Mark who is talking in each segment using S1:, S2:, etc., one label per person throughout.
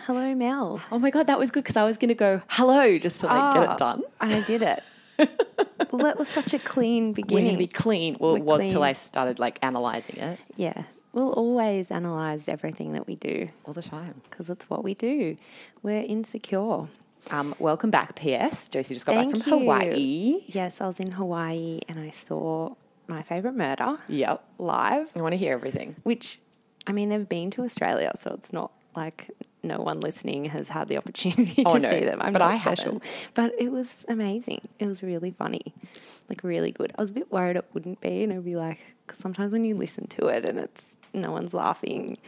S1: Hello, Mel.
S2: Oh my god, that was good because I was going to go hello just to like get
S1: Ah,
S2: it done.
S1: And I did it. well, that was such a clean
S2: We're going
S1: beginning.
S2: to be clean. Well, it
S1: We're
S2: was till
S1: clean.
S2: I started like analyzing it
S1: yeah. We'll always analyze everything that we do
S2: all the time.
S1: because it's what we do. We're insecure.
S2: Um, welcome back, PS. Josie just got back
S1: Thank
S2: from
S1: you.
S2: Hawaii.
S1: Yes, I was in Hawaii and I saw my favorite murder
S2: Yep.
S1: live,
S2: I want to hear everything.
S1: which, I mean, they've been to Australia, so it's not like no one listening has had the opportunity
S2: Oh,
S1: to
S2: no,
S1: see them. I'm
S2: but
S1: not
S2: I
S1: special. But it was amazing. It was really funny, like really good. I was a bit worried it wouldn't be, and it'd be like, because sometimes when you listen to it and it's no one's laughing,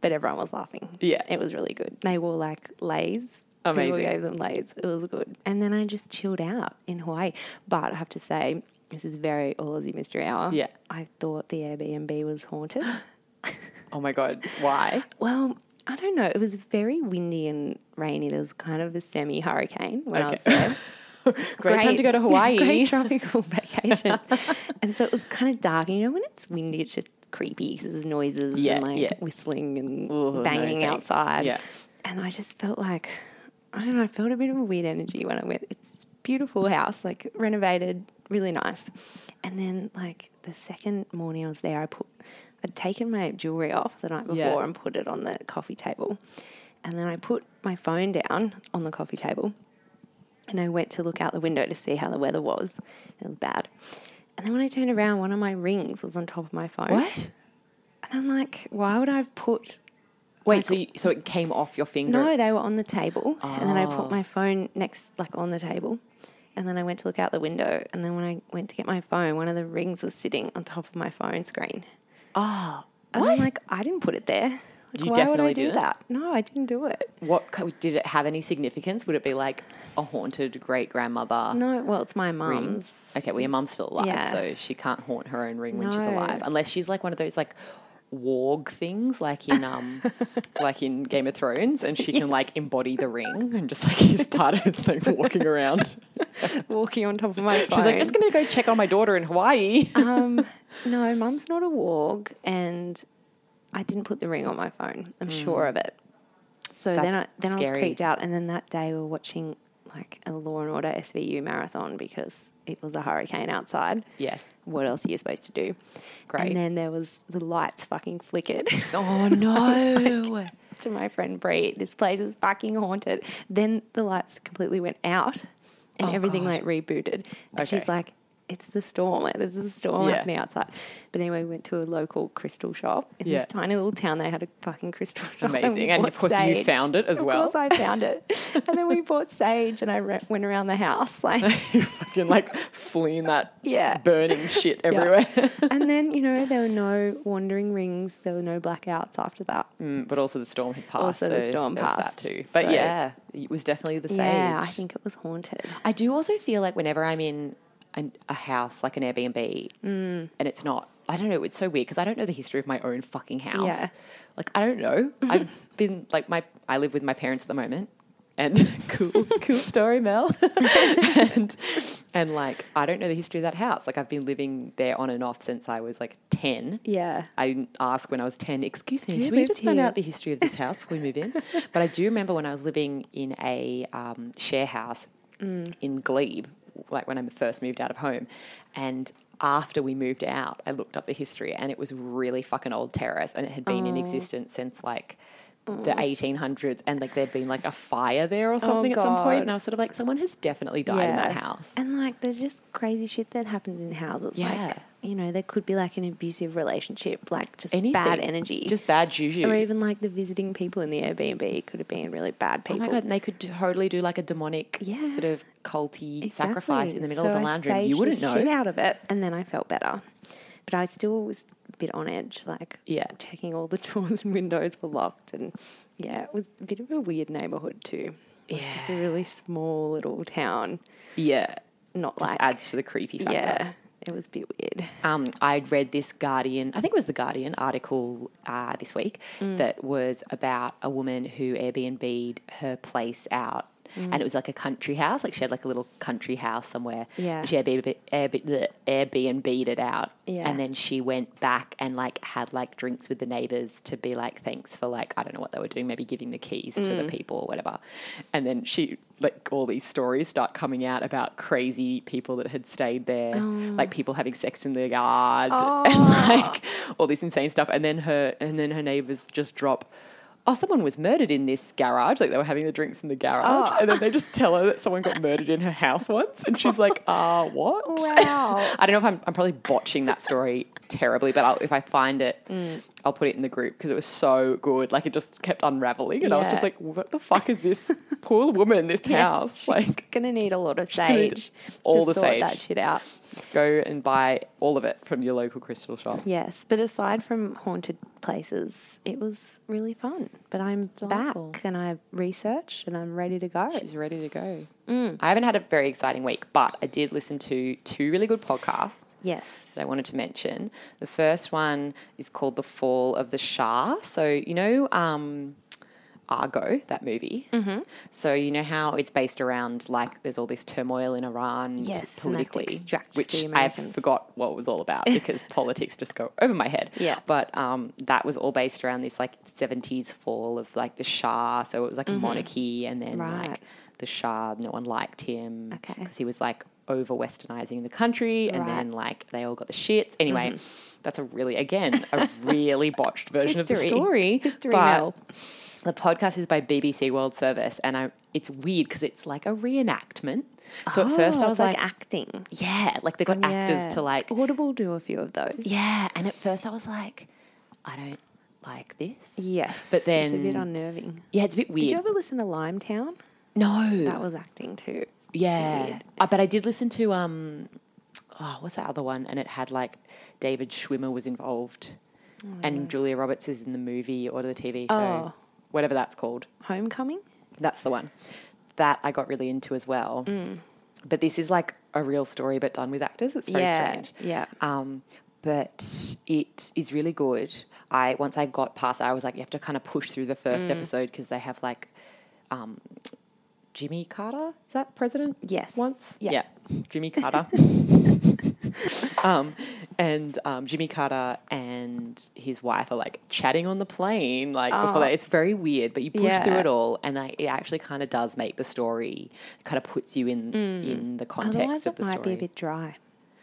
S1: but everyone was laughing.
S2: Yeah.
S1: It was really good. They wore like lays.
S2: Amazing.
S1: People gave them lays. It was good. And then I just chilled out in Hawaii. But I have to say, this is very All Aussie Mystery Hour.
S2: Yeah.
S1: I thought the Airbnb was haunted.
S2: Oh my god, why?
S1: well, I don't know. It was very windy and rainy. There was kind of a semi hurricane when I
S2: Okay.
S1: was there.
S2: Great, time to go to Hawaii.
S1: Great tropical vacation. and so it was kind of dark. You know, when it's windy, it's just creepy 'cause there's noises
S2: Yeah,
S1: and like
S2: yeah.
S1: whistling and
S2: Ooh, no
S1: banging
S2: thanks.
S1: outside.
S2: Yeah.
S1: And I just felt like, I don't know, I felt a bit of a weird energy when I went. It's this beautiful house, like renovated, really nice. And then, like, the second morning I was there, I put, I'd taken my jewelry off the night before
S2: Yeah.
S1: and put it on the coffee table. And then I put my phone down on the coffee table and I went to look out the window to see how the weather was. It was bad. And then when I turned around, one of my rings was on top of my phone.
S2: What?
S1: And I'm like, why would I have put?
S2: Wait, so you, so it came off your finger?
S1: No, they were on the table, and then I put
S2: Oh.
S1: my phone next, like on the table, and then I went to look out the window, and then when I went to get my phone, one of the rings was sitting on top of my phone screen.
S2: Ah,
S1: And
S2: what?
S1: I'm like, I didn't put it there. Like,
S2: You
S1: why would I
S2: definitely
S1: do
S2: didn't?
S1: that? No, I didn't do it.
S2: what co- did it have any significance? Would it be like a haunted great grandmother?
S1: No, well, it's my mum's.
S2: Okay, well, your mum's still alive,
S1: Yeah.
S2: so she can't haunt her own ring when she's
S1: No.
S2: alive, unless she's like one of those like warg things, like in um, like in Game of Thrones, and she can like embody the ring and just like is part of the thing walking around.
S1: Walking on top of my phone.
S2: She's like, just gonna go check on my daughter in Hawaii.
S1: um, no, mum's not a warg, and I didn't put the ring on my phone. I'm sure of it. So then, I,
S2: Mm. That's
S1: then I was
S2: scary.
S1: creeped out, and then that day we were watching like a Law and Order SVU marathon because it was a hurricane outside.
S2: yes.
S1: What else are you supposed to do?
S2: Great.
S1: And then there was the lights fucking flickered.
S2: Oh no.
S1: to my friend Bree, this place is fucking haunted. Then the lights completely went out and everything
S2: Oh,
S1: like
S2: God.
S1: rebooted. And she's
S2: Okay.
S1: like, it's the storm. Like, there's a storm
S2: Yeah.
S1: happening outside. But anyway, we went to a local crystal shop in
S2: Yeah.
S1: this tiny little town. They had a fucking crystal shop. we
S2: Amazing. And
S1: bought
S2: of course you found it as well.
S1: Of course I found it. and then we bought sage and I re- went around the house like,
S2: Fucking like fleeing that
S1: yeah.
S2: burning shit
S1: Yeah.
S2: everywhere.
S1: and then, you know, there were no wandering rings. There were no blackouts after that.
S2: Mm, but also the storm had passed.
S1: Also the
S2: so
S1: storm
S2: there was
S1: passed,
S2: That too. But
S1: so-
S2: yeah, it was definitely the same.
S1: Yeah, I think it was haunted.
S2: I do also feel like whenever I'm in an, a house, like an Airbnb, and it's not, I don't know, it's so weird because I don't know the history of my own fucking house.
S1: Yeah.
S2: Like, I don't know. I've been, like, my, I live with my parents at the moment. And cool, cool story, Mel. and and like I don't know the history of that house. Like I've been living there on and off since I was like ten.
S1: Yeah.
S2: I didn't ask when I was 10, excuse me,
S1: Who
S2: should we
S1: lived
S2: just find
S1: here?"
S2: out the history of this house before we move in? But I do remember when I was living in a um, share house in Glebe, like when I first moved out of home. And after we moved out, I looked up the history and it was really fucking old terrace and it had been in existence since like. The 1800s, and like there'd been like a fire there or something at some point, and
S1: God.
S2: I was sort of like, someone has definitely died in that house.
S1: And like, there's just crazy shit that happens in houses.
S2: Yeah.
S1: Like, you know, there could be like an abusive relationship, like just bad
S2: Anything.
S1: energy.
S2: just bad juju,
S1: or even like the visiting people in the Airbnb could have been really bad
S2: Oh
S1: people.
S2: my god! And they could totally do like a demonic
S1: Yeah.
S2: sort of culty
S1: Exactly.
S2: sacrifice in the middle of
S1: So
S2: the
S1: I
S2: lounge room.
S1: saged
S2: You wouldn't
S1: the Shit
S2: know.
S1: out of it, and then I felt better, but I still was a bit on edge, like
S2: Yeah.
S1: checking all the doors and windows were locked, and yeah, it was a bit of a weird neighborhood too. Like, just a
S2: Yeah.
S1: really small little town,
S2: Yeah,
S1: not
S2: just
S1: like
S2: adds to the creepy factor.
S1: yeah, it was a bit weird.
S2: Um, I'd read this Guardian, I think it was the Guardian article uh,
S1: Mm.
S2: this week that was about a woman who Airbnb'd her place out
S1: Mm.
S2: and it was like a country house. Like she had like a little country house somewhere.
S1: Yeah.
S2: She Airbnb, Airbnb, Airbnb'd it out.
S1: Yeah.
S2: And then she went back and like had like drinks with the neighbors to be like, thanks for like, I don't know what they were doing, maybe giving the keys to
S1: Mm.
S2: the people or whatever. And then she, like, all these stories start coming out about crazy people that had stayed there,
S1: Oh.
S2: like people having sex in the yard and like all this insane stuff. And then her, and then her neighbors just drop. Oh, someone was murdered in this garage. Like they were having the drinks in the garage,
S1: Oh.
S2: and then they just tell her that someone got murdered in her house once, and she's like, "Ah, what?"
S1: Wow.
S2: I don't know if I'm, I'm probably botching that story terribly, but I'll, if I find it, I'll put it in the group because it was so good. Like it just kept unraveling, and I was
S1: Yeah.
S2: just like, "What the fuck is this poor woman in this house?"
S1: She's
S2: Like,
S1: gonna need a lot of
S2: gonna need
S1: sage.
S2: all
S1: to
S2: the
S1: sort that
S2: sage.
S1: shit out.
S2: just go and buy all of it from your local crystal shop.
S1: Yes, but aside from haunted places, it was really fun. But I'm
S2: Delightful.
S1: back and I researched and I'm ready to go.
S2: She's ready to go. I haven't had a very exciting week, but I did listen to two really good podcasts.
S1: yes.
S2: that I wanted to mention. The first one is called The Fall of the Shah. So, you know, um, Argo, that movie. Mm-hmm. So, you know how it's based around like there's all this turmoil in Iran
S1: Yes, and they have to
S2: politically,
S1: extract
S2: which
S1: the
S2: I
S1: Americans.
S2: forgot what it was all about because politics just go over my head.
S1: Yeah.
S2: But um, that was all based around this like 70s fall of like the Shah. So, it was like a monarchy and then like
S1: Mm-hmm. Right.
S2: the Shah, no one liked him
S1: Okay. Mm-hmm.
S2: because he was like over westernizing the country and
S1: Right. Mm-hmm.
S2: then like they all got the shits. Anyway, that's a really again a really botched version of the
S1: History.
S2: story.
S1: History
S2: but
S1: Mel.
S2: The podcast is by BBC World Service, and I it's weird because it's like a reenactment. So at first I
S1: Oh, it's
S2: was like,
S1: acting.
S2: yeah, like they got actors
S1: Yeah.
S2: to like
S1: Audible do a few of those.
S2: yeah, and at first I was like, I don't like this.
S1: Yes.
S2: but then
S1: it's a bit unnerving.
S2: yeah, it's a bit
S1: Did
S2: weird.
S1: you ever listen to Limetown?
S2: no,
S1: That was acting too.
S2: Yeah. Uh, but I did listen to um oh, what's that other one? And it had like David Schwimmer was involved and Julia Roberts is in the movie or the TV show.
S1: Oh.
S2: Whatever that's called.
S1: Homecoming?
S2: That's the one. That I got really into as well.
S1: Mm.
S2: But this is like a real story but done with actors. It's very
S1: yeah.
S2: strange.
S1: Yeah.
S2: Um, but it is really good. I once I got past, it, I was like, you have to kind of push through the first
S1: Mm.
S2: episode because they have like um, Jimmy Carter is that president?
S1: Yes.
S2: once
S1: Yeah.
S2: Jimmy Carter. um, and um, Jimmy Carter and his wife are like chatting on the plane, like before
S1: Oh.
S2: that. It's very weird, but you push through
S1: Yeah.
S2: it all, and like, it actually kind of does make the story kind of puts you in in the context
S1: Mm. Otherwise,
S2: of
S1: it
S2: the
S1: might
S2: story.
S1: be a bit dry.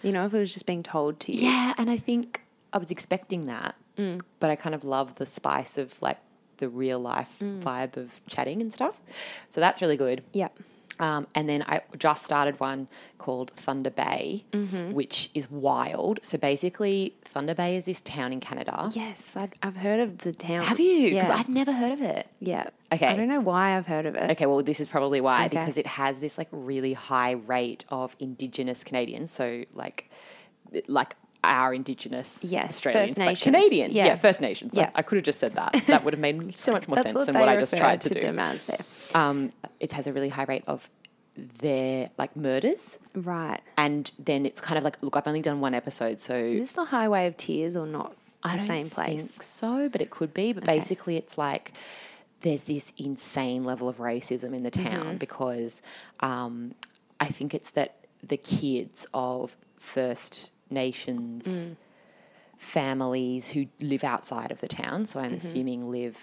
S1: You know, if it was just being told to you.
S2: Yeah, and I think I was expecting that,
S1: Mm.
S2: but I kind of love the spice of like the real life
S1: Mm.
S2: vibe of chatting and stuff. So that's really good.
S1: Yeah.
S2: Um, and then I just started one called Thunder Bay,
S1: Mm-hmm.
S2: which is wild. So basically, Thunder Bay is this town in Canada.
S1: Yes, I'd, I've heard of the town.
S2: Have you? Because
S1: Yeah.
S2: I'd never heard of it.
S1: yeah.
S2: Okay.
S1: I don't know why I've heard of it.
S2: Okay, well, this is probably why
S1: Okay.
S2: because it has this like really high rate of Indigenous Canadians. So like, like our Indigenous
S1: Yes,
S2: Australians,
S1: First
S2: but
S1: Nations.
S2: Canadian, yeah.
S1: Yeah.
S2: First Nations.
S1: Yeah.
S2: I, I could have just said that. That would have made so much more
S1: That's
S2: sense
S1: what
S2: than
S1: they
S2: what I just
S1: refer
S2: tried to,
S1: to,
S2: do.
S1: them as there.
S2: Um, it has a really high rate of their like murders.
S1: Right.
S2: and then it's kind of like, look, I've only done one episode, so
S1: Is this the Highway of Tears or not?
S2: I
S1: the
S2: don't
S1: same place.
S2: think so, but it could be. But basically, it's like there's this insane level of racism in the town because um, I think it's that the kids of First Nations families who live outside of the town, so I'm assuming live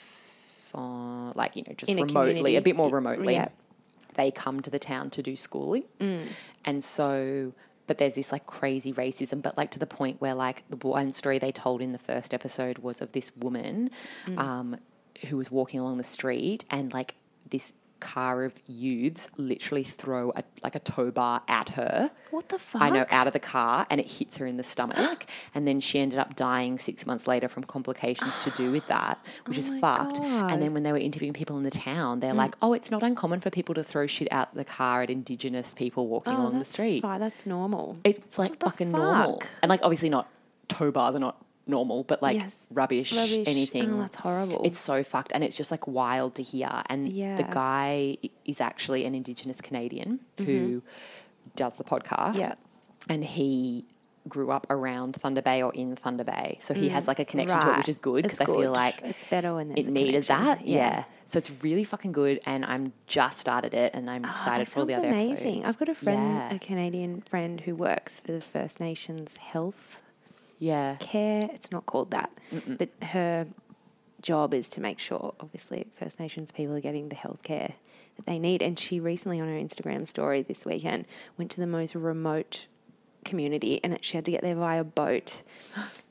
S2: on, like, you know, just
S1: In a
S2: remotely, a,
S1: community.
S2: bit more remotely.
S1: Yeah. Mm.
S2: They come to the town to do schooling. And so, but there's this like crazy racism, but like to the point where, like, the one story they told in the first episode was of this woman
S1: Mm.
S2: um, who was walking along the street and like this car of youths literally throw a, like a tow bar at her.
S1: What the fuck?
S2: I know, out of the car, and it hits her in the stomach, and then she ended up dying six months later from complications to do with that, which is
S1: Oh my
S2: fucked.
S1: God. Mm.
S2: And then when they were interviewing people in the town, they're like, "Oh, it's not uncommon for people to throw shit out the car at Indigenous people walking
S1: Oh,
S2: along the
S1: that's
S2: street.
S1: Fine. That's normal.
S2: It's like
S1: the
S2: fucking normal,
S1: fuck?
S2: and like obviously not tow bars are not normal, but like
S1: Yes.
S2: rubbish,
S1: Rubbish.
S2: anything
S1: Oh, that's horrible.
S2: It's so fucked, and it's just like wild to hear. And the
S1: Yeah.
S2: guy is actually
S1: Mm-hmm.
S2: an Indigenous Canadian who does the podcast,
S1: Yeah.
S2: and he grew up around Thunder Bay or in Thunder Bay, so he has like a connection to it,
S1: Mm. Right.
S2: which is good
S1: It's
S2: because I feel
S1: good.
S2: like
S1: It's better when there's
S2: it
S1: a
S2: needed
S1: connection.
S2: that. Yeah.
S1: Yeah.
S2: so it's really fucking good, and I'm just started it, and I'm
S1: Oh,
S2: excited
S1: that
S2: for all the
S1: sounds
S2: other
S1: amazing.
S2: episodes.
S1: I've got a friend,
S2: Yeah.
S1: a Canadian friend who works for the First Nations Health
S2: yeah.
S1: Care. It's not called that, but her job is to make sure, obviously, First Nations people are getting the health care that they need. And she recently, on her Instagram story this weekend, went to the most remote community and it- she had to get there via boat.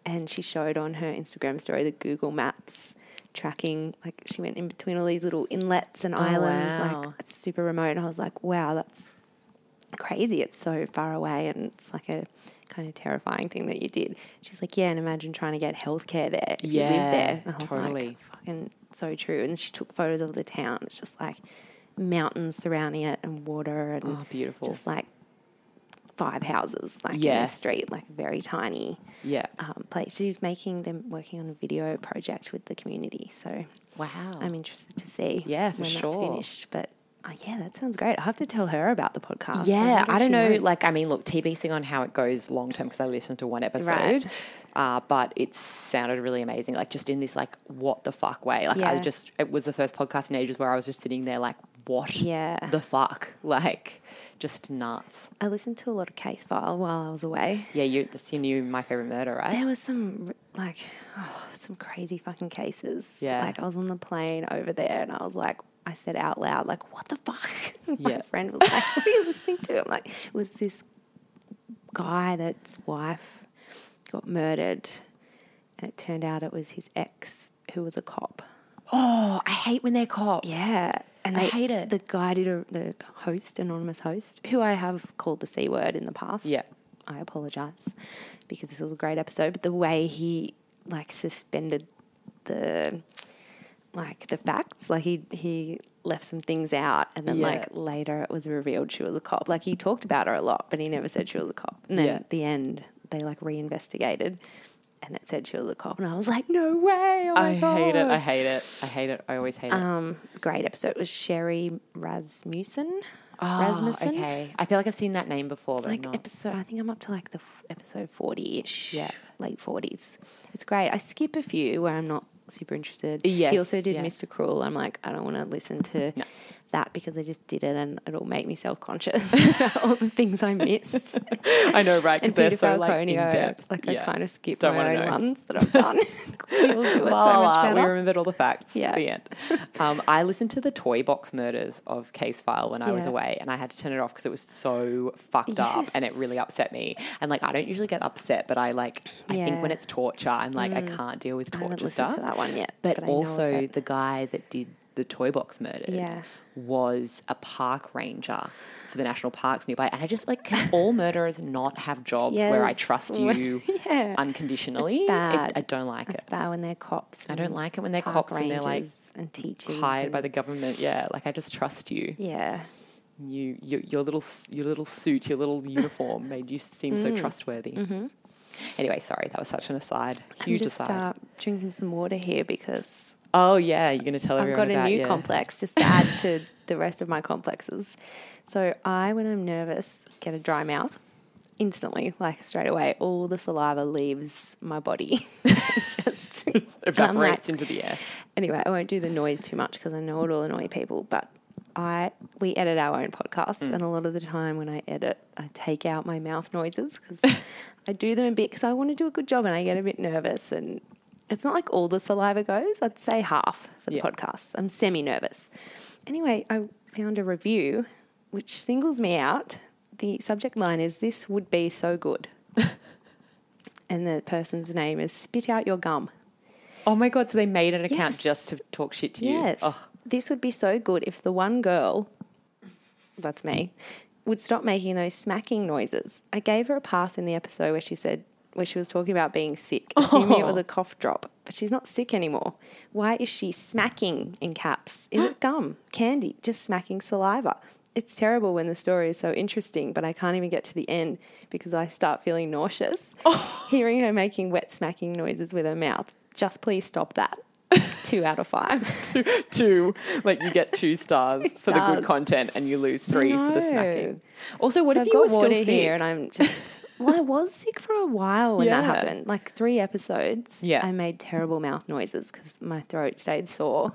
S1: And she showed on her Instagram story the Google Maps tracking, like she went in between all these little inlets and islands,
S2: wow.
S1: like it's super remote. And I was like, wow, that's crazy. It's so far away and it's like a kind of terrifying thing that you did. She's like, yeah, and imagine trying to get healthcare there if you
S2: Yeah,
S1: live there. And I was
S2: totally.
S1: like, fucking so true. And she took photos of the town. It's just like mountains surrounding it and water and
S2: Oh, beautiful.
S1: just like five houses like in
S2: Yeah.
S1: a street, like very tiny
S2: yeah.
S1: um, place. She's making them working on a video project with the community. So
S2: Wow.
S1: I'm interested to see
S2: Oh. Yeah, for
S1: when that's
S2: sure.
S1: finished. But oh, yeah, that sounds great. I have to tell her about the podcast.
S2: Yeah,
S1: wonder if
S2: I don't
S1: she
S2: know.
S1: knows.
S2: Like, I mean, look, TBC on how it goes long term because I listened to one episode,
S1: Right.
S2: uh, but it sounded really amazing. Like, just in this like what the fuck way. Like, I
S1: Yeah.
S2: just it was the first podcast in ages where I was just sitting there like, what?
S1: Yeah.
S2: the fuck. Like, just nuts.
S1: I listened to a lot of Case File while I was away.
S2: Yeah, you. That's your new my favorite murder, right?
S1: There was some r- like oh, some crazy fucking cases.
S2: Yeah.
S1: Like I was on the plane over there and I was like I said out loud like what the fuck. My
S2: Yeah.
S1: friend was like what are you listening to? I'm like it was this guy that's wife got murdered and it turned out it was his ex who was a cop.
S2: Oh, I hate when they're cops.
S1: Yeah. And
S2: I
S1: they,
S2: hate it.
S1: The guy did a, the host, anonymous host, who I have called the C word in the past.
S2: Yeah.
S1: I apologize because this was a great episode. But the way he like suspended the like the facts, like he he left some things out and then
S2: Yeah.
S1: like later it was revealed she was a cop. Like he talked about her a lot, but he never said she was a cop. And then
S2: Yeah.
S1: at the end they like reinvestigated and it said she was a cop and I was like, No way. Oh my
S2: I hate it.
S1: God."
S2: I hate it. I hate it. I always hate it.
S1: um, great episode. It was Sherry Rasmussen.
S2: Oh,
S1: Rasmussen.
S2: Okay. I feel like I've seen that name before,
S1: It's
S2: but I'm
S1: like
S2: not.
S1: episode. I think I'm up to like the f- episode forty ish.
S2: Yeah.
S1: late forties. It's great. I skip a few where I'm not super interested.
S2: Yes,
S1: He also did
S2: yeah.
S1: Mr. Cruel. I'm like, I don't want to listen to
S2: No.
S1: that because I just did it and it'll make me self conscious about all the things I missed.
S2: I know, right? 'Cause
S1: and
S2: they're
S1: Peter
S2: so like in
S1: Falconio,
S2: depth.
S1: Like I
S2: Yeah.
S1: kind of skip
S2: Don't
S1: my
S2: wanna
S1: own
S2: know.
S1: ones that I've done. 'Cause We'll do it so
S2: La, la, la.
S1: much
S2: We
S1: better.
S2: remembered all the facts.
S1: Yeah.
S2: The end. Um, I listened to the toy box murders of Case File when I was
S1: Yeah.
S2: away, and I had to turn it off because it was so fucked up, and it
S1: Yes.
S2: really upset me. And like, I don't usually get upset, but I like, I think when
S1: Yeah. Mm.
S2: it's torture, I'm like, I can't deal with
S1: I haven't
S2: torture
S1: listened
S2: stuff.
S1: to that one yet,
S2: But,
S1: but I know of
S2: also,
S1: it.
S2: the guy that did the toy box murders
S1: Yeah.
S2: was a park ranger for the national parks nearby, and I just like, can all murderers not have jobs where I
S1: Yes.
S2: trust you
S1: Yeah.
S2: unconditionally?
S1: It's
S2: It-
S1: bad.
S2: I don't like
S1: That's
S2: it.
S1: bad when they're cops.
S2: I don't
S1: and
S2: like it when they're
S1: park
S2: cops and they're like
S1: rangers and teachers
S2: hired by
S1: and-
S2: the government. Yeah, like I just trust you.
S1: yeah.
S2: You, your, your little, s- your little suit, your little uniform made you seem so
S1: Mm.
S2: trustworthy. Anyway, sorry, that was such an aside. Huge
S1: Mm-hmm. I'm just
S2: aside.
S1: uh, drinking some water here because
S2: oh yeah, you're gonna tell
S1: I've
S2: everyone
S1: got a
S2: about
S1: new
S2: yeah.
S1: complex just to add to the rest of my complexes. So I, when I'm nervous, get a dry mouth instantly, like straight away. All the saliva leaves my body. just and I'm like,
S2: evaporates into the air.
S1: anyway, I won't do the noise too much because I know it'll annoy people. But I we edit our own podcasts, and a lot of the time when I edit, I take out my mouth noises because I do them a bit because I want to do a good job, and I get a bit nervous. And it's not like all the saliva goes. I'd say half for the
S2: Yeah.
S1: podcasts. I'm semi nervous. Anyway, I found a review which singles me out. The subject line is "This would be so good." And the person's name is Spit Out Your Gum.
S2: Oh my god! So they made an account
S1: Yes.
S2: just to talk shit to you.
S1: Yes.
S2: Oh,
S1: This would be so good if the one girl, that's me, would stop making those smacking noises. I gave her a pass in the episode where she said, where she was talking about being sick, assuming it was a cough drop, but she's not sick anymore. Why is she smacking in caps? Is it gum, candy, just smacking saliva? It's terrible when the story is so interesting, but I can't even get to the end because I start feeling nauseous hearing her making wet smacking noises with her mouth. Just please stop that. Two out of five.
S2: two, two, like you get two stars for the
S1: stars.
S2: good content, and you lose three for the
S1: know.
S2: smacking. Also, what
S1: so
S2: if
S1: I've
S2: you were
S1: got water
S2: still
S1: here
S2: here?
S1: and I'm just well, I was sick for a while when that
S2: Yeah.
S1: happened. Like three episodes.
S2: Yeah.
S1: I made terrible mouth noises because my throat stayed sore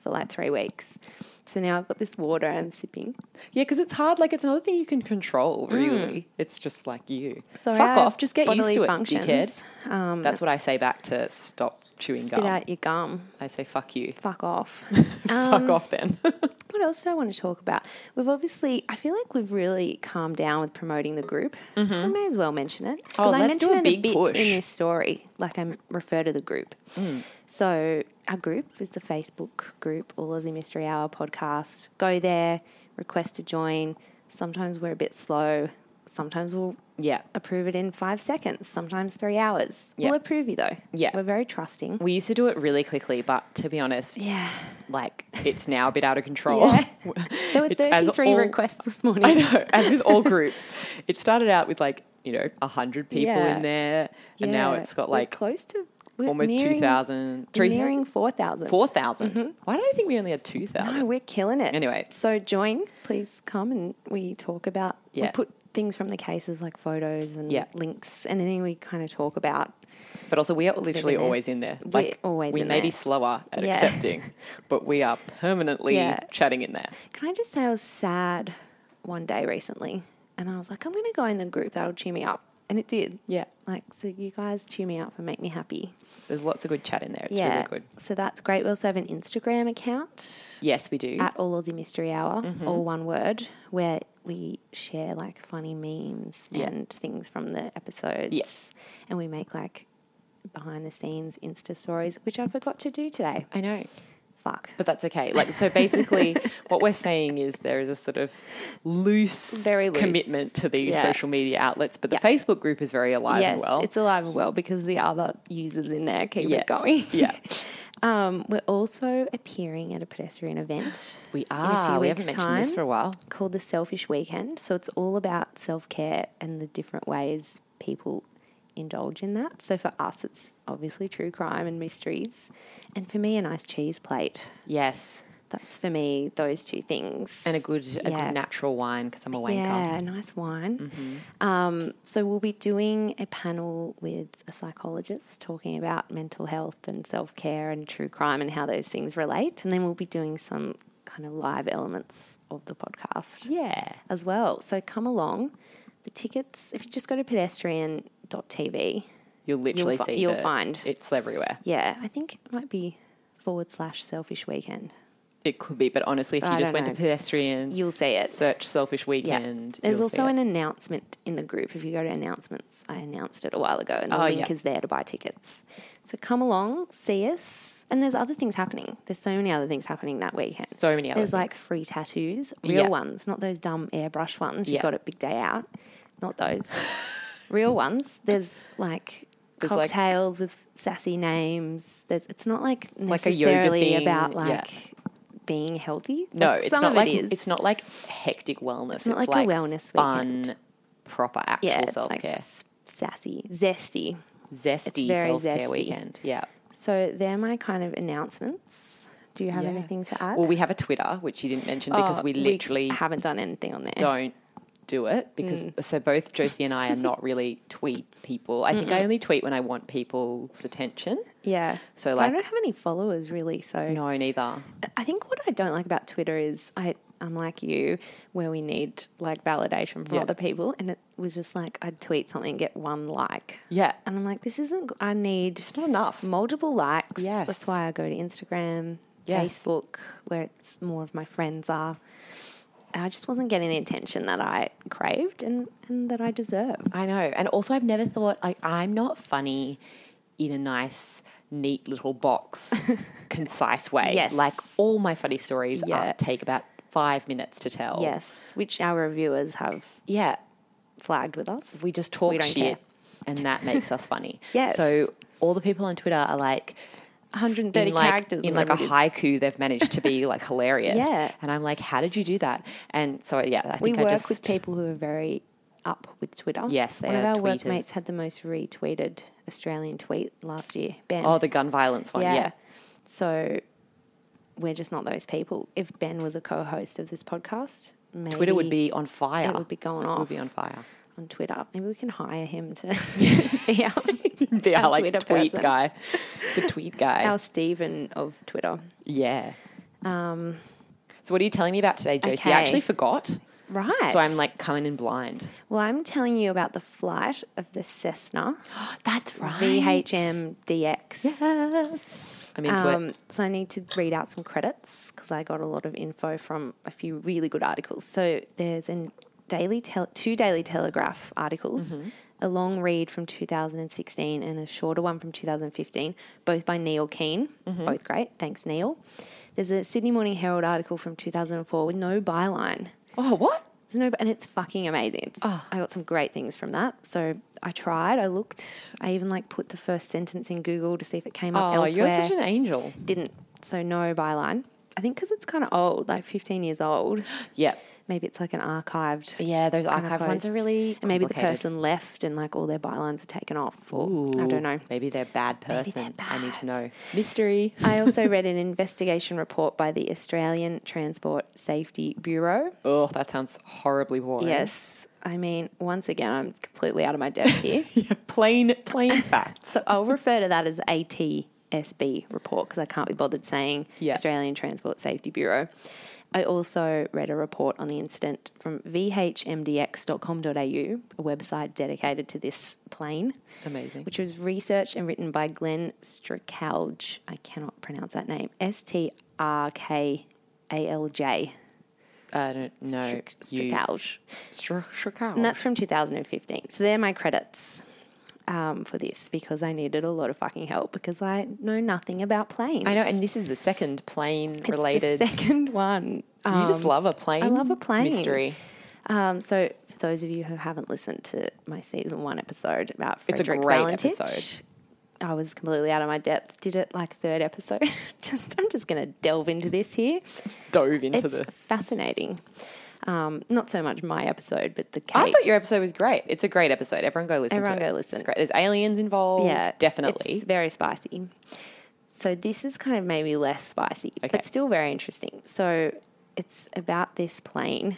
S1: for like three weeks. So now I've got this water I'm sipping.
S2: Yeah, because it's hard. Like, it's another thing you can control, really. It's just like you.
S1: So
S2: Fuck
S1: our
S2: off. Just get used
S1: bodily
S2: to it,
S1: functions,
S2: dickhead. That's what I say back to stop chewing
S1: Spit
S2: gum.
S1: out your gum.
S2: I say, fuck you.
S1: Fuck off.
S2: fuck off then.
S1: What else do I want to talk about? We've obviously, I feel like we've really calmed down with promoting the group. I may as well mention it
S2: Mm-hmm. Oh,
S1: because I
S2: let's do
S1: mentioned
S2: a
S1: it
S2: big
S1: a bit
S2: push. Mm.
S1: in this story. Like I m- refer to the group. So our group is the Facebook group, All Aussie Mystery Hour podcast. Go there, request to join. Sometimes we're a bit slow. Sometimes we'll
S2: yeah.
S1: approve it in five seconds. Sometimes three hours.
S2: Yeah.
S1: We'll approve you though.
S2: Yeah.
S1: we're very trusting.
S2: We used to do it really quickly, but to be honest,
S1: Yeah,
S2: like, it's now a bit out of control.
S1: yeah. there were
S2: It's as
S1: thirty-three
S2: all-
S1: requests this morning.
S2: I know. As with all groups, it started out with like, you know, 100 people
S1: Yeah.
S2: in there, and now
S1: Yeah,
S2: it's got
S1: we're
S2: like
S1: close to we're
S2: almost
S1: nearing-
S2: 2,000,
S1: we're
S2: 3,000?
S1: nearing four thousand.
S2: 4,000. Why did I think Mm-hmm. we only had 2,000?
S1: No, we're killing it.
S2: Anyway.
S1: so join, please come and we talk about. We
S2: Yeah.
S1: put things from the cases like photos and
S2: Yeah.
S1: links, anything we kind of talk about.
S2: But also, we are literally
S1: in there.
S2: always in there.
S1: We're
S2: Like,
S1: always
S2: we
S1: in
S2: may
S1: there.
S2: be slower at
S1: Yeah.
S2: accepting, but we are permanently
S1: Yeah.
S2: chatting in there.
S1: Can I just say I was sad one day recently, and I was like, I'm going to go in the group that'll cheer me up, and it did.
S2: Yeah.
S1: Like, so you guys cheer me up and make me happy.
S2: There's lots of good chat in there. It's
S1: yeah.
S2: really good.
S1: So that's great. We also have an Instagram account.
S2: Yes, we do.
S1: at All Aussie Mystery Hour,
S2: Mm-hmm.
S1: all one word, where we share like funny memes
S2: Yeah.
S1: and things from the episodes.
S2: Yes.
S1: And we make like behind the scenes Insta stories, which I forgot to do today.
S2: I know.
S1: Fuck.
S2: But that's okay. Like, so basically, what we're saying is there is a sort of loose,
S1: Very loose.
S2: commitment to these
S1: Yeah.
S2: social media outlets, but the
S1: Yeah.
S2: Facebook group is very alive
S1: yes,
S2: and well.
S1: it's alive and well because the other users in there keep
S2: Yeah.
S1: it going.
S2: yeah,
S1: Um, we're also appearing at a pedestrian event
S2: we
S1: few
S2: are. We haven't
S1: weeks'
S2: mentioned this
S1: time.
S2: for a while.
S1: called the Selfish Weekend. So it's all about self care and the different ways people indulge in that. So for us, it's obviously true crime and mysteries. And for me, a nice cheese plate.
S2: Yes,
S1: That's for me, those two things.
S2: and a good, a
S1: Yeah.
S2: good natural wine because I'm a wanker. Mm-hmm.
S1: Yeah, nice wine. Um, so we'll be doing a panel with a psychologist talking about mental health and self care and true crime and how those things relate. And then we'll be doing some kind of live elements of the podcast
S2: Yeah.
S1: as well. So come along. The tickets, if you just go to pedestrian.tv,
S2: You'll literally
S1: fi-
S2: see.
S1: you'll
S2: the-
S1: find.
S2: it's everywhere.
S1: yeah, I think it might be forward slash selfish weekend.
S2: It could be, but honestly, if you
S1: I
S2: just
S1: don't
S2: went to
S1: know.
S2: pedestrian,
S1: You'll see it.
S2: search selfish
S1: yeah.
S2: weekend.
S1: There's
S2: you'll
S1: also
S2: see it.
S1: an announcement in the group. If you go to announcements, I announced it a while ago, and the
S2: Oh,
S1: link
S2: yeah.
S1: is there to buy tickets. So come along, see us. And there's other things happening. There's so many other things happening that weekend.
S2: so many
S1: There's
S2: others.
S1: like free tattoos, real
S2: Yeah.
S1: ones, not those dumb airbrush ones. You
S2: Yeah.
S1: got it big day out, not those real ones. There's like
S2: There's, like-
S1: cocktails with sassy names. There's it's not like
S2: Like a yoga
S1: necessarily
S2: thing,
S1: about
S2: yeah.
S1: like being healthy.
S2: no,
S1: Like,
S2: it's
S1: some
S2: not
S1: of
S2: like
S1: it is.
S2: it's not like hectic wellness. It's
S1: not like a wellness
S2: fun,
S1: weekend.
S2: proper actual
S1: yeah, it's
S2: self
S1: like
S2: care,
S1: s- sassy, zesty.
S2: zesty
S1: very
S2: self care
S1: zesty.
S2: weekend. Yeah.
S1: So they're my kind of announcements. Do you have
S2: Yeah.
S1: anything to add?
S2: Well, we have a Twitter which you didn't mention because
S1: Oh,
S2: we literally
S1: haven't done anything on there.
S2: don't do it because
S1: Mm.
S2: so both Josie and I are not really tweet people. I think I only tweet when I want people's attention.
S1: Yeah.
S2: So,
S1: But I
S2: like-
S1: don't have any followers really. So
S2: No, neither.
S1: I think what I don't like about Twitter is I I'm like you where we need like validation from
S2: Yeah.
S1: other people and it was just like I'd tweet something and get one like
S2: Yeah,
S1: and I'm like this isn't g- I need
S2: it's not enough.
S1: multiple likes
S2: Yes.
S1: that's why I go to Instagram
S2: Yes.
S1: Facebook where it's more of my friends are And I just wasn't getting the attention that I craved and and that I deserve
S2: I know. And also, I've never thought, like, I'm not funny in a nice, neat little box, concise way.
S1: Yes.
S2: Like, all my funny stories
S1: Yeah.
S2: are, take about five minutes to tell.
S1: yes which our reviewers have
S2: Yeah.
S1: flagged with us
S2: We just talk
S1: We don't
S2: shit,
S1: care.
S2: and that makes us funny.
S1: Yes.
S2: So, all the people on Twitter are like,
S1: 130
S2: in like,
S1: characters
S2: in
S1: or
S2: like a
S1: whatever it is.
S2: haiku, they've managed to be like hilarious.
S1: Yeah.
S2: And I'm like, how did you do that? And so, yeah, I think
S1: we
S2: I
S1: work
S2: just,
S1: with people who are very up with Twitter.
S2: Yes, they
S1: one
S2: are
S1: of our
S2: tweeters.
S1: workmates had the most retweeted Australian tweet last year. Ben.
S2: Oh, the gun violence one. yeah.
S1: So we're just not those people. If Ben was a co-host of this podcast, maybe
S2: Twitter would be on fire.
S1: it would be going
S2: It
S1: off.
S2: would be on fire.
S1: on Twitter. Maybe we can hire him to be our,
S2: Be our
S1: Our
S2: like
S1: Twitter
S2: tweet
S1: person.
S2: guy, the tweet guy.
S1: our Stephen of Twitter.
S2: yeah.
S1: Um,
S2: So what are you telling me about today, Josie?
S1: Okay.
S2: I actually forgot.
S1: right.
S2: So I'm like coming in blind.
S1: well, I'm telling you about the flight of the Cessna
S2: That's
S1: VHM DX.
S2: Yes. I'm into it.
S1: Um, so I need to read out some credits because I got a lot of info from a few really good articles. So there's an daily Tele- two Daily Telegraph articles,
S2: Mm-hmm.
S1: a long read from 2016 and a shorter one from 2015, both by Neil Keane,
S2: Mm-hmm.
S1: both great. Thanks, Neil. There's a Sydney Morning Herald article from 2004 with no byline.
S2: Oh, what?
S1: There's no, and it's fucking amazing. It's,
S2: Ah.
S1: I got some great things from that. So I tried. I looked. I even like put the first sentence in Google to see if it came up
S2: Oh,
S1: elsewhere
S2: you're such an angel.
S1: didn't. So no byline. I think because it's kind of old, like 15 years old.
S2: Yep.
S1: Maybe it's like an archived.
S2: Yeah, those
S1: kinda
S2: archive ones are
S1: post.
S2: really
S1: And maybe the
S2: complicated.
S1: person left and like all their bylines were taken off. Or I
S2: Ooh,
S1: don't know.
S2: Maybe they're a bad person.
S1: Maybe they're
S2: I need to
S1: bad.
S2: know. Mystery.
S1: I also read an investigation report by the Australian Transport Safety Bureau.
S2: Oh, that sounds horribly boring.
S1: Yes. I mean, once again, I'm completely out of my depth here.
S2: Plain, plain facts.
S1: so I'll refer to that as the ATSB report because I can't be bothered saying
S2: Yeah.
S1: Australian Transport Safety Bureau. I also read a report on the incident from vhmdx.com.au, a website dedicated to this plane,
S2: Amazing.
S1: which was researched and written by Glenn Stracalge. I cannot pronounce that name. S T R K A L J.
S2: I don't know. You-
S1: Stracalge.
S2: Str-
S1: And
S2: Stracalge.
S1: that's from 2015. So they're my credits um, for this because I needed a lot of fucking help because I know nothing about planes.
S2: I know, and this is the second plane
S1: It's the
S2: related.
S1: second one.
S2: you
S1: Um,
S2: just love a plane.
S1: love a plane.
S2: mystery.
S1: um, so for those of you who haven't listened to my season one episode about
S2: It's a
S1: Frederick
S2: great
S1: Valentich,
S2: episode.
S1: I was completely out of my depth. Did it like third episode. just I'm just going to delve into this here.
S2: Just dove into
S1: It's
S2: the.
S1: fascinating. Um, not so much my episode, but the case.
S2: I thought your episode was great. It's a great episode. Everyone go listen.
S1: Everyone
S2: to it.
S1: go listen.
S2: It's great. There's aliens involved.
S1: Yeah, it's-
S2: definitely.
S1: It's very spicy. So this is kind of maybe less spicy,
S2: Okay.
S1: but still very interesting. So it's about this plane,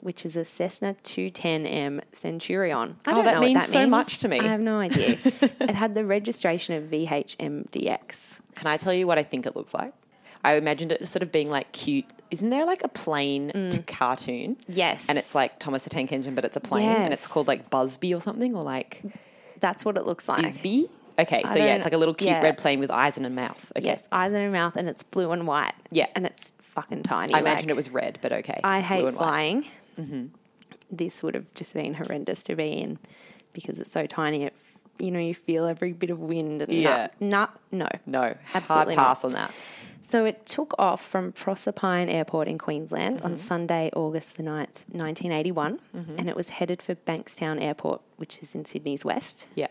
S1: which is a Cessna 210M Centurion. I
S2: Oh,
S1: don't
S2: that
S1: know
S2: means
S1: what that
S2: so
S1: means.
S2: much to me.
S1: I have no idea. it had the registration of VHMDX.
S2: Can I tell you what I think it looks like? I imagined it sort of being like cute. Isn't there like a plane
S1: Mm.
S2: to cartoon?
S1: Yes,
S2: And it's like Thomas the Tank Engine, but it's a plane, and it's
S1: Yes.
S2: called like Busby or something, or like
S1: that's what it looks like.
S2: Bisbee. Okay,
S1: I
S2: so yeah,
S1: don't-
S2: it's like a little cute
S1: yeah.
S2: red plane with eyes and a mouth. Okay,
S1: Yes, eyes and a mouth, and it's blue and white.
S2: Yeah.
S1: and it's fucking tiny.
S2: I imagined
S1: like-
S2: it was red, but okay.
S1: I
S2: It's blue
S1: hate
S2: and white. Mm-hmm.
S1: flying. This would have just been horrendous to be in because it's so tiny. It, you know, you feel every bit of wind and
S2: Yeah.
S1: yeah. no.
S2: No,
S1: Absolutely not.
S2: hard pass on that.
S1: So it took off from Proserpine Airport in Queensland on
S2: Mm-hmm.
S1: Sunday, August the 9th, 1981, and it was headed for Bankstown Airport, which is in Sydney's west.
S2: Yeah,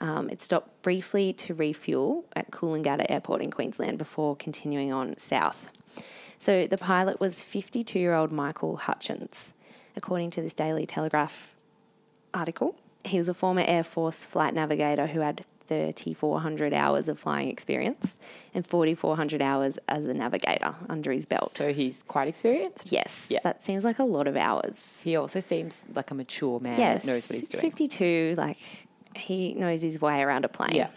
S1: Um, it stopped briefly to refuel at Coolangatta Airport in Queensland before continuing on south. So the pilot was 52 year old Michael Hutchins. According to this Daily Telegraph article, he was a former Air Force flight navigator who had 3,400 hours of flying experience and 4,400 hours as a navigator under his belt.
S2: so he's quite experienced.
S1: Yes,
S2: Yeah.
S1: that seems like a lot of hours.
S2: He also seems like a mature man
S1: Yes,
S2: that knows what he's doing.
S1: 52, like he knows his way around a plane.
S2: Yeah,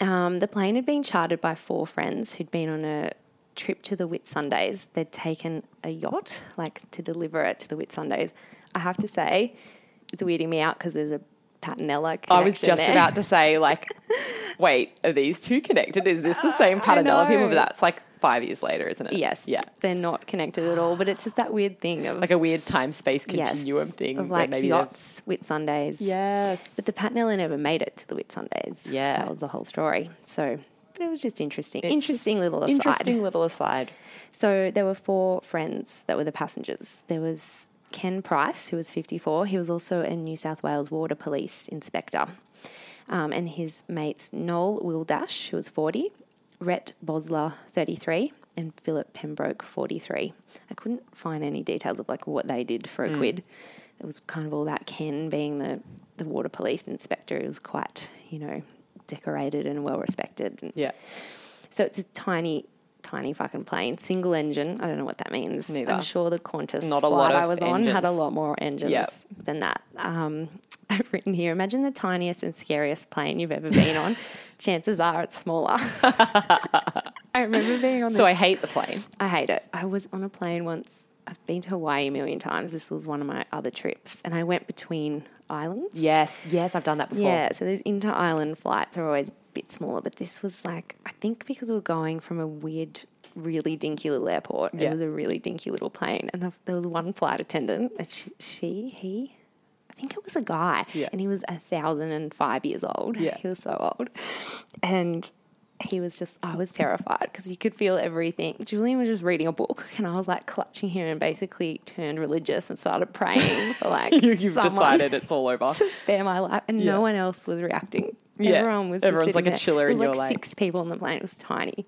S1: Um, the plane had been chartered by four friends who'd been on a trip to the Whitsundays. They'd taken a yacht, like to deliver it to the Whitsundays. I have to say, it's weirding me out because there's a Patanella.
S2: I was
S1: connection
S2: just
S1: there.
S2: about to say like, wait, are these two connected? Is this the same Patanella people? But
S1: Ah, know.
S2: that's like five years later, isn't it?
S1: Yes,
S2: Yeah.
S1: they're not connected at all, but it's just that weird thing of
S2: Like a weird time space
S1: yes,
S2: continuum thing.
S1: of
S2: where
S1: like
S2: maybe they've-
S1: yachts, Whitsundays.
S2: Yes.
S1: But the Patnella never made it to the Whitsundays.
S2: Yeah.
S1: That was the whole story. So, but it was just interesting.
S2: It's
S1: interesting little aside.
S2: Interesting little aside.
S1: So there were four friends that were the passengers. There was Ken Price, who was 54. He was also a New South Wales Water Police inspector. Um, and his mates Noel Wildash, who was 40, Rhett Bosler, 33, and Philip Pembroke, 43. I couldn't find any details of like what they did for a quid. It was kind of all about Ken being the, the water police inspector. He was quite, you know, decorated and well respected. And
S2: Yeah.
S1: so it's a tiny tiny fucking plane, single engine. I don't know what that means.
S2: Neither.
S1: I'm sure the Qantas
S2: Not a
S1: flight
S2: lot
S1: I
S2: of
S1: was on had a
S2: engines.
S1: lot more engines
S2: Yep.
S1: than that. Um, I've written here. Imagine the tiniest and scariest plane you've ever been on. Chances are it's smaller. I remember being on. This.
S2: So I hate the plane.
S1: I hate it. I was on a plane once. I've been to Hawaii a million times. This was one of my other trips, and I went between islands.
S2: Yes, yes, I've done that before.
S1: Yeah, so these inter island flights are always a bit smaller, but this was like, I think because we were going from a weird, really dinky little airport,
S2: Yeah.
S1: it was a really dinky little plane. And the, there was one flight attendant, and she, she he, I think it was a guy,
S2: Yeah.
S1: and he was a 1,005 years old.
S2: Yeah.
S1: He was so old. And he was just, I was terrified because you could feel everything. Julian was just reading a book, and I was like clutching him and basically turned religious and started praying for like
S2: You, you've
S1: someone
S2: decided it's all over.
S1: to spare my life, and
S2: Yeah.
S1: no one else was reacting.
S2: Yeah.
S1: Everyone was just
S2: Everyone's
S1: sitting
S2: like a
S1: there.
S2: chiller
S1: There was
S2: and
S1: like,
S2: you're like-
S1: six people on the plane. It was tiny,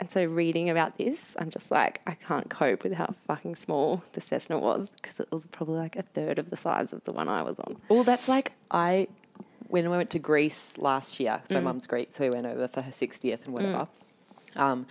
S1: and so reading about this, I'm just like, I can't cope with how fucking small the Cessna was because it was probably like a third of the size of the one I was on.
S2: Well, that's like I when we went to Greece last year.
S1: Mm.
S2: 'cause My mum's Greek, so we went over for her sixtieth and whatever. Um,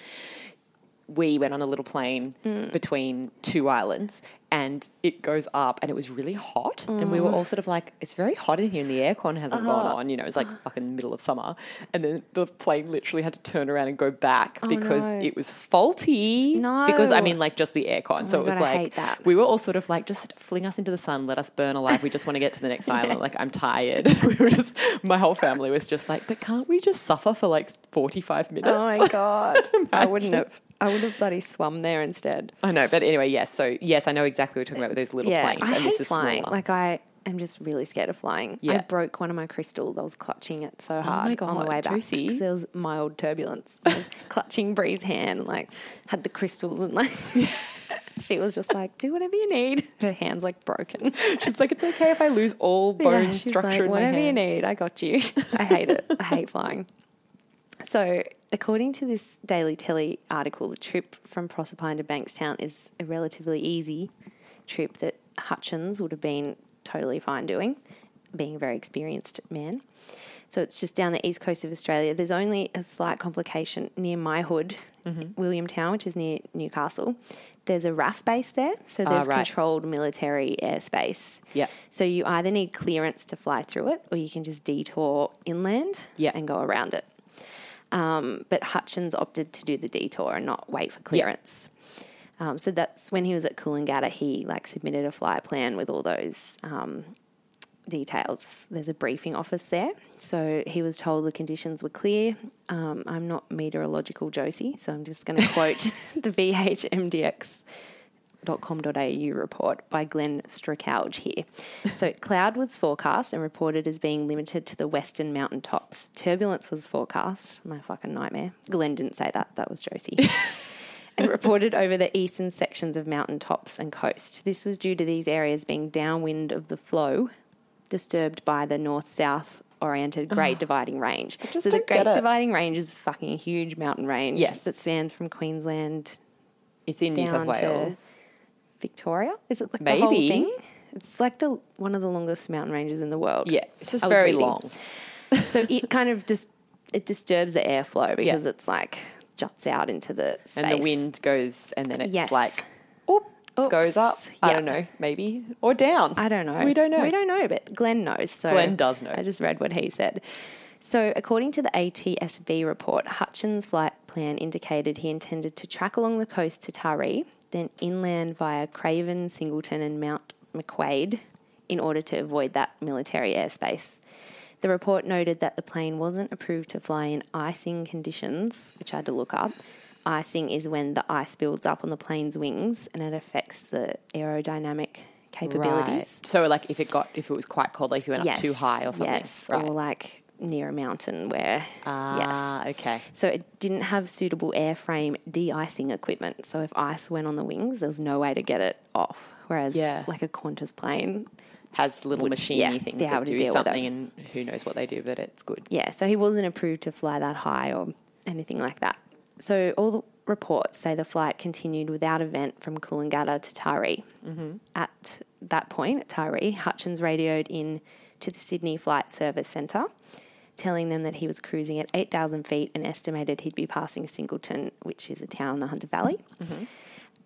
S2: we went on a little plane
S1: Mm.
S2: between two islands, and it goes up, and it was really hot, and we were
S1: Mm.
S2: all sort of like, "It's very hot in here, and the aircon hasn't gone
S1: Uh-huh.
S2: on." You know, it's like fucking middle of summer, and then the plane literally had to turn around and go back because
S1: Oh, no.
S2: it was faulty.
S1: No.
S2: because I mean, like just the aircon, so
S1: my
S2: it was
S1: God, I
S2: like
S1: hate that.
S2: we were all sort of like, just fling us into the sun, let us burn alive. We just want to get to the next island. Like, I'm tired. We were just, my whole family was just like, but can't we just suffer for like 45 minutes?
S1: Oh god, I wouldn't have. I would have bloody swum there instead.
S2: I know. But anyway, yes. So, yes, I know exactly what we're talking about with those little planes.
S1: I
S2: and
S1: hate
S2: this is
S1: flying.
S2: smaller.
S1: Like I am just really scared of flying. I
S2: Yeah. Oh
S1: broke one of my crystals. I was clutching it so
S2: my
S1: hard on the
S2: God,
S1: way back
S2: Josie.
S1: because there was mild turbulence. I was clutching Bree's hand and like had the crystals and like she was just like, "Do whatever you need." Her hand's like broken.
S2: she's like, it's okay if I lose all bone
S1: Yeah, she's
S2: structure
S1: like,
S2: in my
S1: whatever
S2: hand.
S1: you need, I got you. I hate it. I hate flying. So, according to this Daily Telly article, the trip from Proserpine to Bankstown is a relatively easy trip that Hutchins would have been totally fine doing, being a very experienced man. So, it's just down the east coast of Australia. There's only a slight complication near my hood,
S2: Mm-hmm.
S1: Williamtown, which is near Newcastle. There's a RAF base there, so
S2: Ah,
S1: there's
S2: right.
S1: controlled military airspace.
S2: Yeah.
S1: So you either need clearance to fly through it or you can just detour inland
S2: Yeah.
S1: and go around it. Um, but Hutchins opted to do the detour and not wait for clearance. Um, so that's when he was at Coolangatta, he like submitted a flight plan with all those um, details. There's a briefing office there. So he was told the conditions were clear. Um, I'm not meteorological Josie, so I'm just going to quote the VHMDX com.au report by Glenn Stracouge here. So, cloud was forecast and reported as being limited to the western mountain tops. Turbulence was forecast. My fucking nightmare. Glenn didn't say that. That was Josie. and reported over the eastern sections of mountain tops and coast. This was due to these areas being downwind of the flow, disturbed by the north south oriented Great Dividing Range.
S2: just
S1: So, the
S2: don't get
S1: Great
S2: it.
S1: Dividing Range is fucking a huge mountain range
S2: Yes.
S1: that spans from Queensland
S2: It's in New
S1: down
S2: South
S1: to-
S2: Wales.
S1: Victoria? Is it like the whole
S2: Maybe.
S1: thing? It's like the one of the longest mountain ranges in the world.
S2: Yeah. It's just
S1: I was
S2: very
S1: reading.
S2: long.
S1: so it kind of just it disturbs the airflow because it's like juts out into the space.
S2: And the wind goes, and then it's
S1: Yes.
S2: like, oop,
S1: Oops.
S2: goes up. I
S1: Yeah.
S2: don't know, maybe. Or down.
S1: I don't know.
S2: We don't know.
S1: We don't know, but Glenn knows. So
S2: Glenn does know.
S1: I just read what he said. So, according to the ATSB report, Hutchins' flight plan indicated he intended to track along the coast to Taree, then inland via Craven, Singleton, and Mount McQuaid in order to avoid that military airspace. The report noted that the plane wasn't approved to fly in icing conditions, which I had to look up. Icing is when the ice builds up on the plane's wings and it affects the aerodynamic
S2: Right.
S1: capabilities.
S2: So, like, if it got if it was quite cold, like if you went up too high or something,
S1: Yes,
S2: right?
S1: or like near a mountain where.
S2: ah,
S1: yes.
S2: okay.
S1: So it didn't have suitable airframe de-icing equipment. So if ice went on the wings, there was no way to get it off. Whereas
S2: Yeah.
S1: like a Qantas plane,
S2: Has little machine
S1: yeah,
S2: things
S1: be able
S2: that
S1: to
S2: do
S1: deal with
S2: something, and who knows what they do, but it's good.
S1: yeah, so he wasn't approved to fly that high or anything like that. So all the reports say the flight continued without event from Coolangatta to Taree. At that point, at Taree, Hutchins radioed in to the Sydney Flight Service Centre telling them that he was cruising at 8,000 feet and estimated he'd be passing Singleton, which is a town in the Hunter Valley,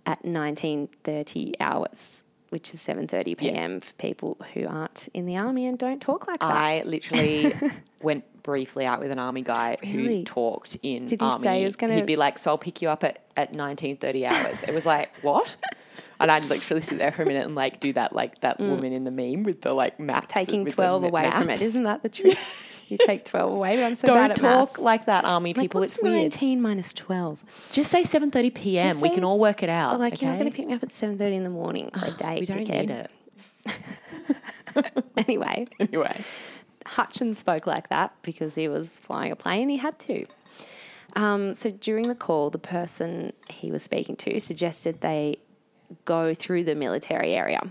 S1: at 19.30 hours, which is 7.30 p.m. for people who aren't in the army and don't talk like that.
S2: I literally went briefly out with an army guy
S1: Really?
S2: who talked in
S1: Did he
S2: army.
S1: say he was gonna-
S2: would be like, "So I'll pick you up at at nineteen thirty hours." It was like, "What?" And I'd literally sit there for a minute and like do that, like that woman in the meme with the like maths
S1: Mm. Taking
S2: with the
S1: 12
S2: ma-
S1: away from it.
S2: maths.
S1: Isn't that the truth? you take 12 away, but I'm so bad
S2: Don't
S1: at
S2: talk
S1: maths.
S2: like that, army
S1: Like,
S2: people.
S1: what's
S2: It's weird.
S1: 19 minus 12?
S2: Just say seven thirty p.m.
S1: Just
S2: we
S1: say
S2: can all
S1: s-
S2: work it out.
S1: Oh, like you're not going to
S2: okay?
S1: pick me up at seven thirty in the morning for a date.
S2: We don't
S1: dickhead.
S2: need it
S1: Anyway,
S2: anyway.
S1: Hutchins spoke like that because he was flying a plane. He had to. Um, so during the call, the person he was speaking to suggested they go through the military area.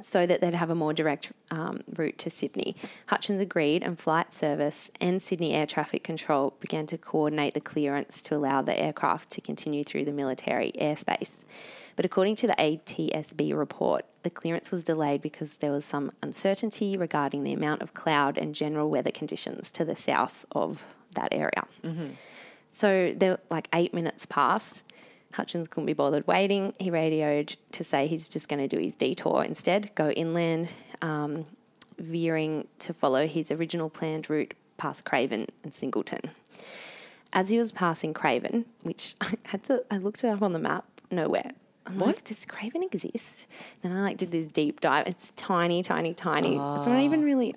S1: So that they'd have a more direct um, route to Sydney. Hutchins agreed, and Flight Service and Sydney Air Traffic Control began to coordinate the clearance to allow the aircraft to continue through the military airspace. But according to the ATSB report, the clearance was delayed because there was some uncertainty regarding the amount of cloud and general weather conditions to the south of that area. So there, like eight minutes passed. Hutchins couldn't be bothered waiting. He radioed to say he's just going to do his detour instead, go inland, um, veering to follow his original planned route past Craven and Singleton. As he was passing Craven, which I had to, I looked it up on the map, nowhere. I'm like, does Craven exist? Then I like did this deep dive. It's tiny, tiny, tiny. It's
S2: Ah.
S1: not even really.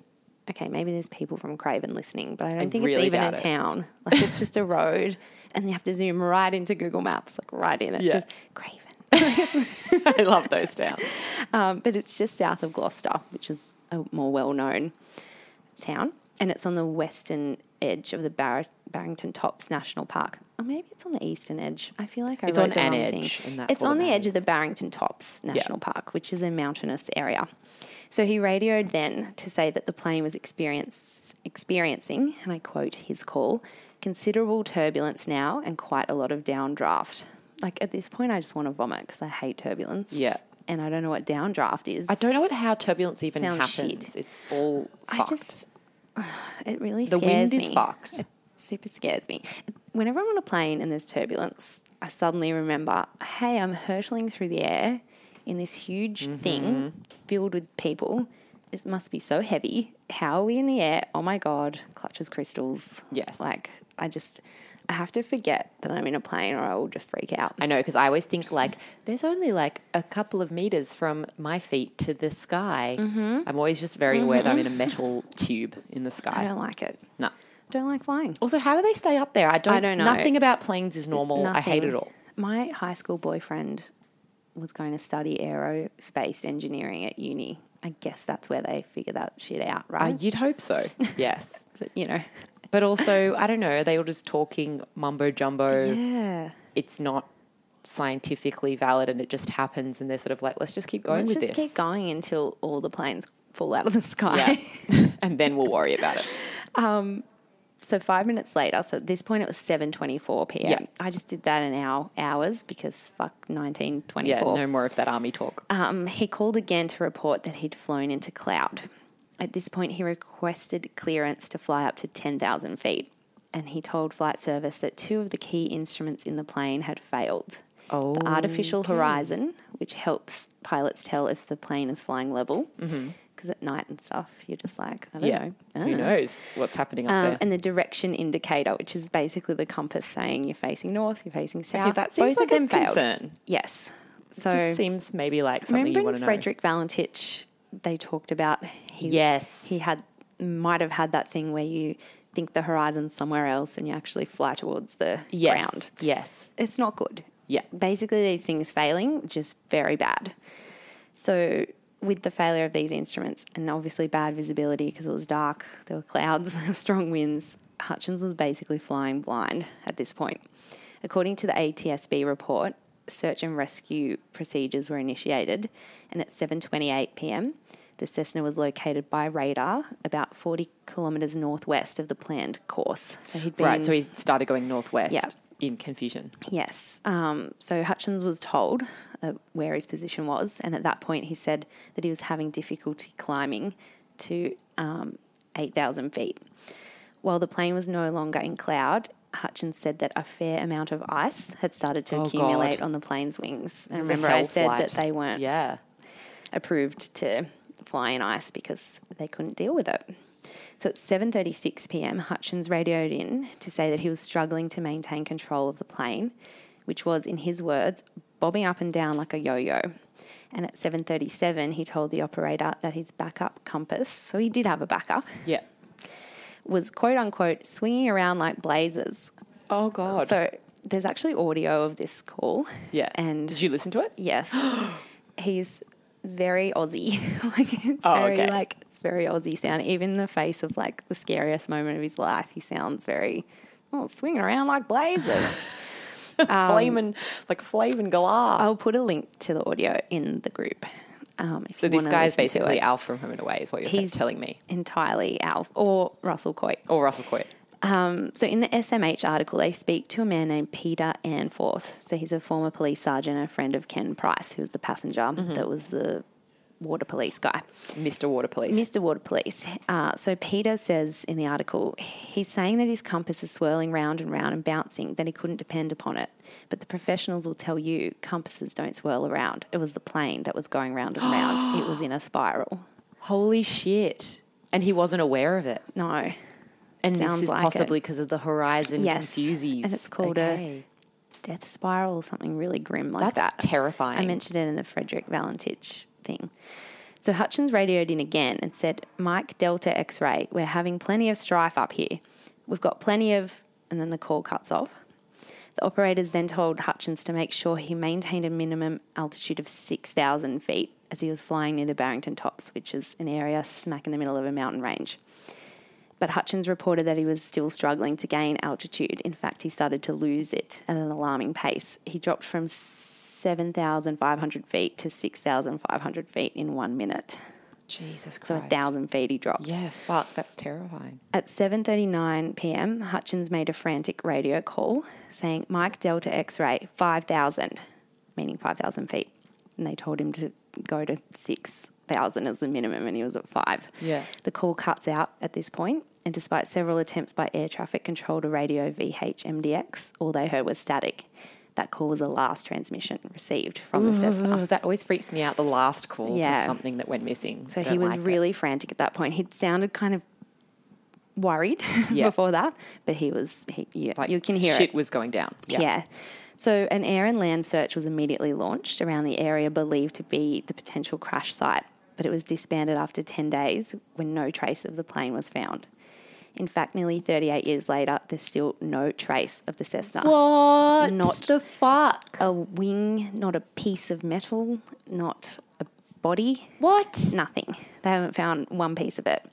S1: Okay, maybe there's people from Craven listening, but I don't think
S2: really
S1: it's even a
S2: doubt it.
S1: town town. Like it's just a road, and you have to zoom right into Google Maps, like right in. It
S2: Yeah.
S1: says Craven,
S2: I love those towns.
S1: um, but it's just south of Gloucester, which is a more well-known town, and it's on the western edge of the Bar- Barrington Tops National Park. Or maybe it's on the eastern edge. I feel like I
S2: It's
S1: wrote
S2: on
S1: the
S2: an
S1: wrong
S2: edge,
S1: thing.
S2: and that's
S1: It's
S2: all
S1: on
S2: that
S1: the edge of the Barrington Tops National Park, which is a mountainous area. So he radioed then to say that the plane was experience, experiencing, and I quote his call, considerable turbulence now and quite a lot of downdraft. Like at this point, I just want to vomit because I hate turbulence.
S2: Yeah.
S1: And I don't know what downdraft is.
S2: I don't know what, how turbulence even
S1: Sounds
S2: happens.
S1: shit.
S2: It's all
S1: I
S2: fucked.
S1: just, it really
S2: the
S1: scares
S2: wind is
S1: me.
S2: fucked.
S1: super scares me. Whenever I'm on a plane and there's turbulence, I suddenly remember, hey, I'm hurtling through the air in this huge thing filled with people. This must be so heavy. How are we in the air? Oh my God, clutches crystals.
S2: Yes.
S1: Like, I just, I have to forget that I'm in a plane or I will just freak out.
S2: I know because I always think like there's only like a couple of meters from my feet to the sky. I'm always just very aware that I'm in a metal tube in the
S1: I
S2: sky.
S1: don't like it.
S2: No.
S1: Don't like flying.
S2: Also, how do they stay up there? I don't.
S1: don't know.
S2: Nothing about planes is normal. I hate
S1: Nothing.
S2: it all.
S1: My high school boyfriend was going to study aerospace engineering at uni. I guess that's where they figure that shit out,
S2: Uh,
S1: right?
S2: you'd hope so. yes.
S1: But, you know.
S2: But also, I don't know. Are they all just talking mumbo jumbo?
S1: Yeah.
S2: It's not scientifically valid, and it just happens. And they're sort of like, let's just keep going
S1: Let's
S2: with
S1: just
S2: this,
S1: keep going until all the planes fall out of the sky.
S2: yeah. and then we'll worry about it.
S1: So five minutes later, so at this point it was seven twenty four PM.
S2: Yeah.
S1: I just did that in hour hours because fuck nineteen twenty
S2: Yeah,
S1: four.
S2: no more of that army talk.
S1: Um, he called again to report that he'd flown into cloud. At this point, he requested clearance to fly up to 10,000 feet, and he told flight service that two of the key instruments in the plane had failed. The artificial horizon, which helps pilots tell if the plane is flying level, because at night and stuff, you're just like, I don't
S2: Mm-hmm. yeah,
S1: know. I don't
S2: who
S1: know. Ah.
S2: knows what's happening up
S1: Um,
S2: there?
S1: and the direction indicator, which is basically the compass saying you're facing north, you're facing south.
S2: that seems like a concern.
S1: Yes. So
S2: Just seems maybe like something
S1: Remember
S2: you want
S1: in
S2: to
S1: Frederick Valentich, they talked about he,
S2: know. Yes,
S1: he had might have had that thing where you think the horizon's somewhere else and you actually fly towards the
S2: yes,
S1: ground.
S2: yes,
S1: It's not good.
S2: yeah.
S1: Basically, these things failing, just very bad. So, with the failure of these instruments and obviously bad visibility because it was dark, there were clouds, there were strong winds, Hutchins was basically flying blind at this point. According to the ATSB report, search and rescue procedures were initiated, and at 7:28 p.m., the Cessna was located by radar about 40 kilometers northwest of the planned course. So he'd been
S2: Right, so he started going northwest.
S1: Yeah.
S2: In confusion,
S1: Yes. Um, so Hutchins was told uh, where his position was, and at that point he said that he was having difficulty climbing to um, 8,000 feet. While the plane was no longer in cloud, Hutchins said that a fair amount of ice had started to
S2: Oh,
S1: accumulate
S2: God.
S1: on the plane's wings.
S2: This
S1: And
S2: is a
S1: remember, I
S2: hell
S1: said
S2: flight.
S1: that they weren't
S2: Yeah.
S1: approved to fly in ice because they couldn't deal with it. So at 7:36 p.m., Hutchins radioed in to say that he was struggling to maintain control of the plane, which was in his words, bobbing up and down like a yo-yo. And at 7:37, he told the operator that his backup compass, so he did have a backup,
S2: Yeah.
S1: was quote unquote swinging around like blazers.
S2: Oh God.
S1: So there's actually audio of this call.
S2: yeah.
S1: and-
S2: did you listen to it?
S1: Yes. He's very Aussie. like it's
S2: Oh,
S1: very
S2: okay.
S1: like it's very Aussie sound. Even in the face of like the scariest moment of his life, he sounds very oh, swinging around like blazers. Um,
S2: flaming, like flaming glass.
S1: I'll put a link to the audio in the group. Um, if
S2: so
S1: you
S2: this
S1: wanna
S2: guy's
S1: listen to
S2: basically
S1: it.
S2: Alf from Home and Away, is what you're
S1: He's-
S2: telling me,
S1: entirely Alf or Russell Coit.
S2: or Russell Coit.
S1: So in the SMH article, they speak to a man named Peter Anforth. So he's a former police sergeant and a friend of Ken Price, who was the passenger
S2: Mm-hmm.
S1: that was the water police guy.
S2: Mr. Water Police.
S1: Mr. Water Police. Uh, so Peter says in the article, he's saying that his compass is swirling round and round and bouncing, that he couldn't depend upon it. But the professionals will tell you compasses don't swirl around. It was the plane that was going round and round. It was in a spiral.
S2: Holy shit! And he wasn't aware of it.
S1: No.
S2: And
S1: Sounds
S2: this is
S1: like
S2: possibly because of the horizon
S1: Yes.
S2: confuses.
S1: And it's called a- Death spiral or something really grim like
S2: That's
S1: that.
S2: terrifying.
S1: I mentioned it in the Frederick Valentich thing. So Hutchins radioed in again and said, Mike Delta X ray, we're having plenty of strife up here. We've got plenty of. And then the call cuts off. The operators then told Hutchins to make sure he maintained a minimum altitude of 6,000 feet as he was flying near the Barrington Tops, which is an area smack in the middle of a mountain range. But Hutchins reported that he was still struggling to gain altitude. In fact, he started to lose it at an alarming pace. He dropped from 7,500 feet to 6,500 feet in one minute.
S2: Jesus
S1: So a
S2: Christ.
S1: 1,000 feet he dropped.
S2: Yeah, fuck, that's terrifying.
S1: At 7:39 p.m., Hutchins made a frantic radio call saying, "Mike Delta X-ray 5,000," meaning 5,000 feet, and they told him to go to 6,000 as the minimum, and he was at five.
S2: Yeah.
S1: The call cuts out at this point, and despite several attempts by air traffic control to radio VHMDX, all they heard was static. That call was the last transmission received from the Cessna.
S2: Oh, that always freaks me out. The last call
S1: Yeah.
S2: to something that went missing.
S1: So
S2: I
S1: he
S2: don't
S1: was
S2: like it.
S1: really frantic at that point. He sounded kind of worried
S2: Yeah.
S1: before that, but he was he you,
S2: like
S1: you can hear
S2: shit
S1: it.
S2: was going down.
S1: Yeah. So an air and land search was immediately launched around the area believed to be the potential crash site, but it was disbanded after 10 days when no trace of the plane was found. In fact, nearly 38 years later, there's still no trace of the Cessna.
S2: What?
S1: Not-
S2: the fuck.
S1: A wing, not a piece of metal, not a body.
S2: What?
S1: Nothing. They haven't found one piece of it.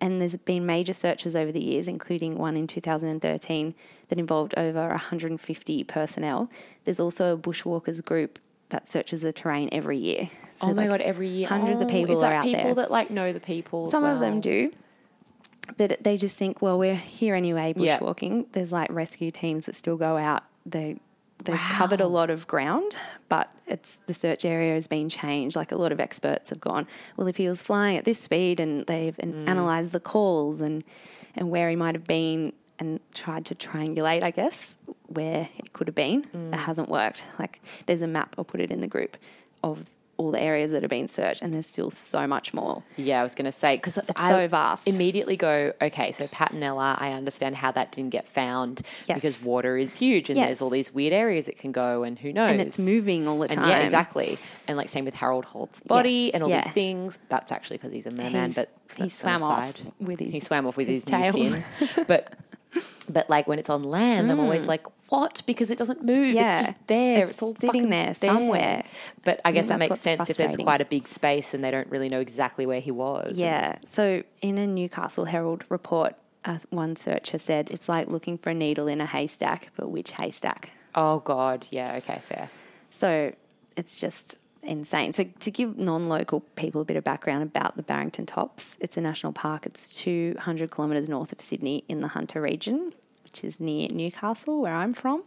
S1: And there's been major searches over the years, including one in 2013 that involved over 150 personnel. There's also a bushwalkers group that searches the terrain every year. So
S2: oh my
S1: like,
S2: god! Every year,
S1: hundreds of
S2: Oh,
S1: people
S2: is that
S1: are out
S2: people
S1: there.
S2: that like know the people. as
S1: Some of
S2: well?
S1: them do. But they just think, well, we're here anyway,
S2: Yeah.
S1: bushwalking. There's like rescue teams that still go out. They they've covered a lot of ground, but it's the search area has been changed. Like a lot of experts have gone, well, if he was flying at this speed, and they've
S2: Mm.
S1: an analysed the calls and and where he might have been, and tried to triangulate, I guess, where it could have been.
S2: Mm.
S1: That hasn't worked. Like there's a map. I'll put it in the group of all the areas that have been searched, and there's still so much more.
S2: Yeah, I was going to say because it's
S1: so vast.
S2: Immediately go okay. So Patinella, I understand how that didn't get found
S1: Yes.
S2: because water is huge and there's all
S1: Yes.
S2: these weird areas it can go, and who knows?
S1: and it's moving all the time.
S2: And yeah, exactly. And like same with Harold Holt's body
S1: Yes,
S2: and all
S1: yeah.
S2: these things. That's actually because he's a merman,
S1: He's-
S2: but
S1: he
S2: that's an
S1: swam off
S2: aside.
S1: with
S2: he
S1: his-
S2: swam off with
S1: his
S2: his,
S1: tail.
S2: new fin. but but like when it's on land, I'm always like, what? Because it doesn't move.
S1: Mm. Yeah.
S2: It's just there.
S1: It's
S2: It's, all
S1: sitting
S2: fucking
S1: there somewhere.
S2: But I guess
S1: Mm,
S2: that
S1: that's
S2: makes
S1: what's
S2: sense if it's
S1: frustrating.
S2: quite a big space and they don't really know exactly where he was.
S1: Yeah. So in a Newcastle Herald report, uh, one searcher said it's like looking for a needle in a haystack, but which haystack?
S2: Oh God, yeah, okay, fair.
S1: So it's just insane. So to give non-local people a bit of background about the Barrington Tops, it's a national park. It's 200 kilometres north of Sydney in the Hunter region, which is near Newcastle, where I'm from.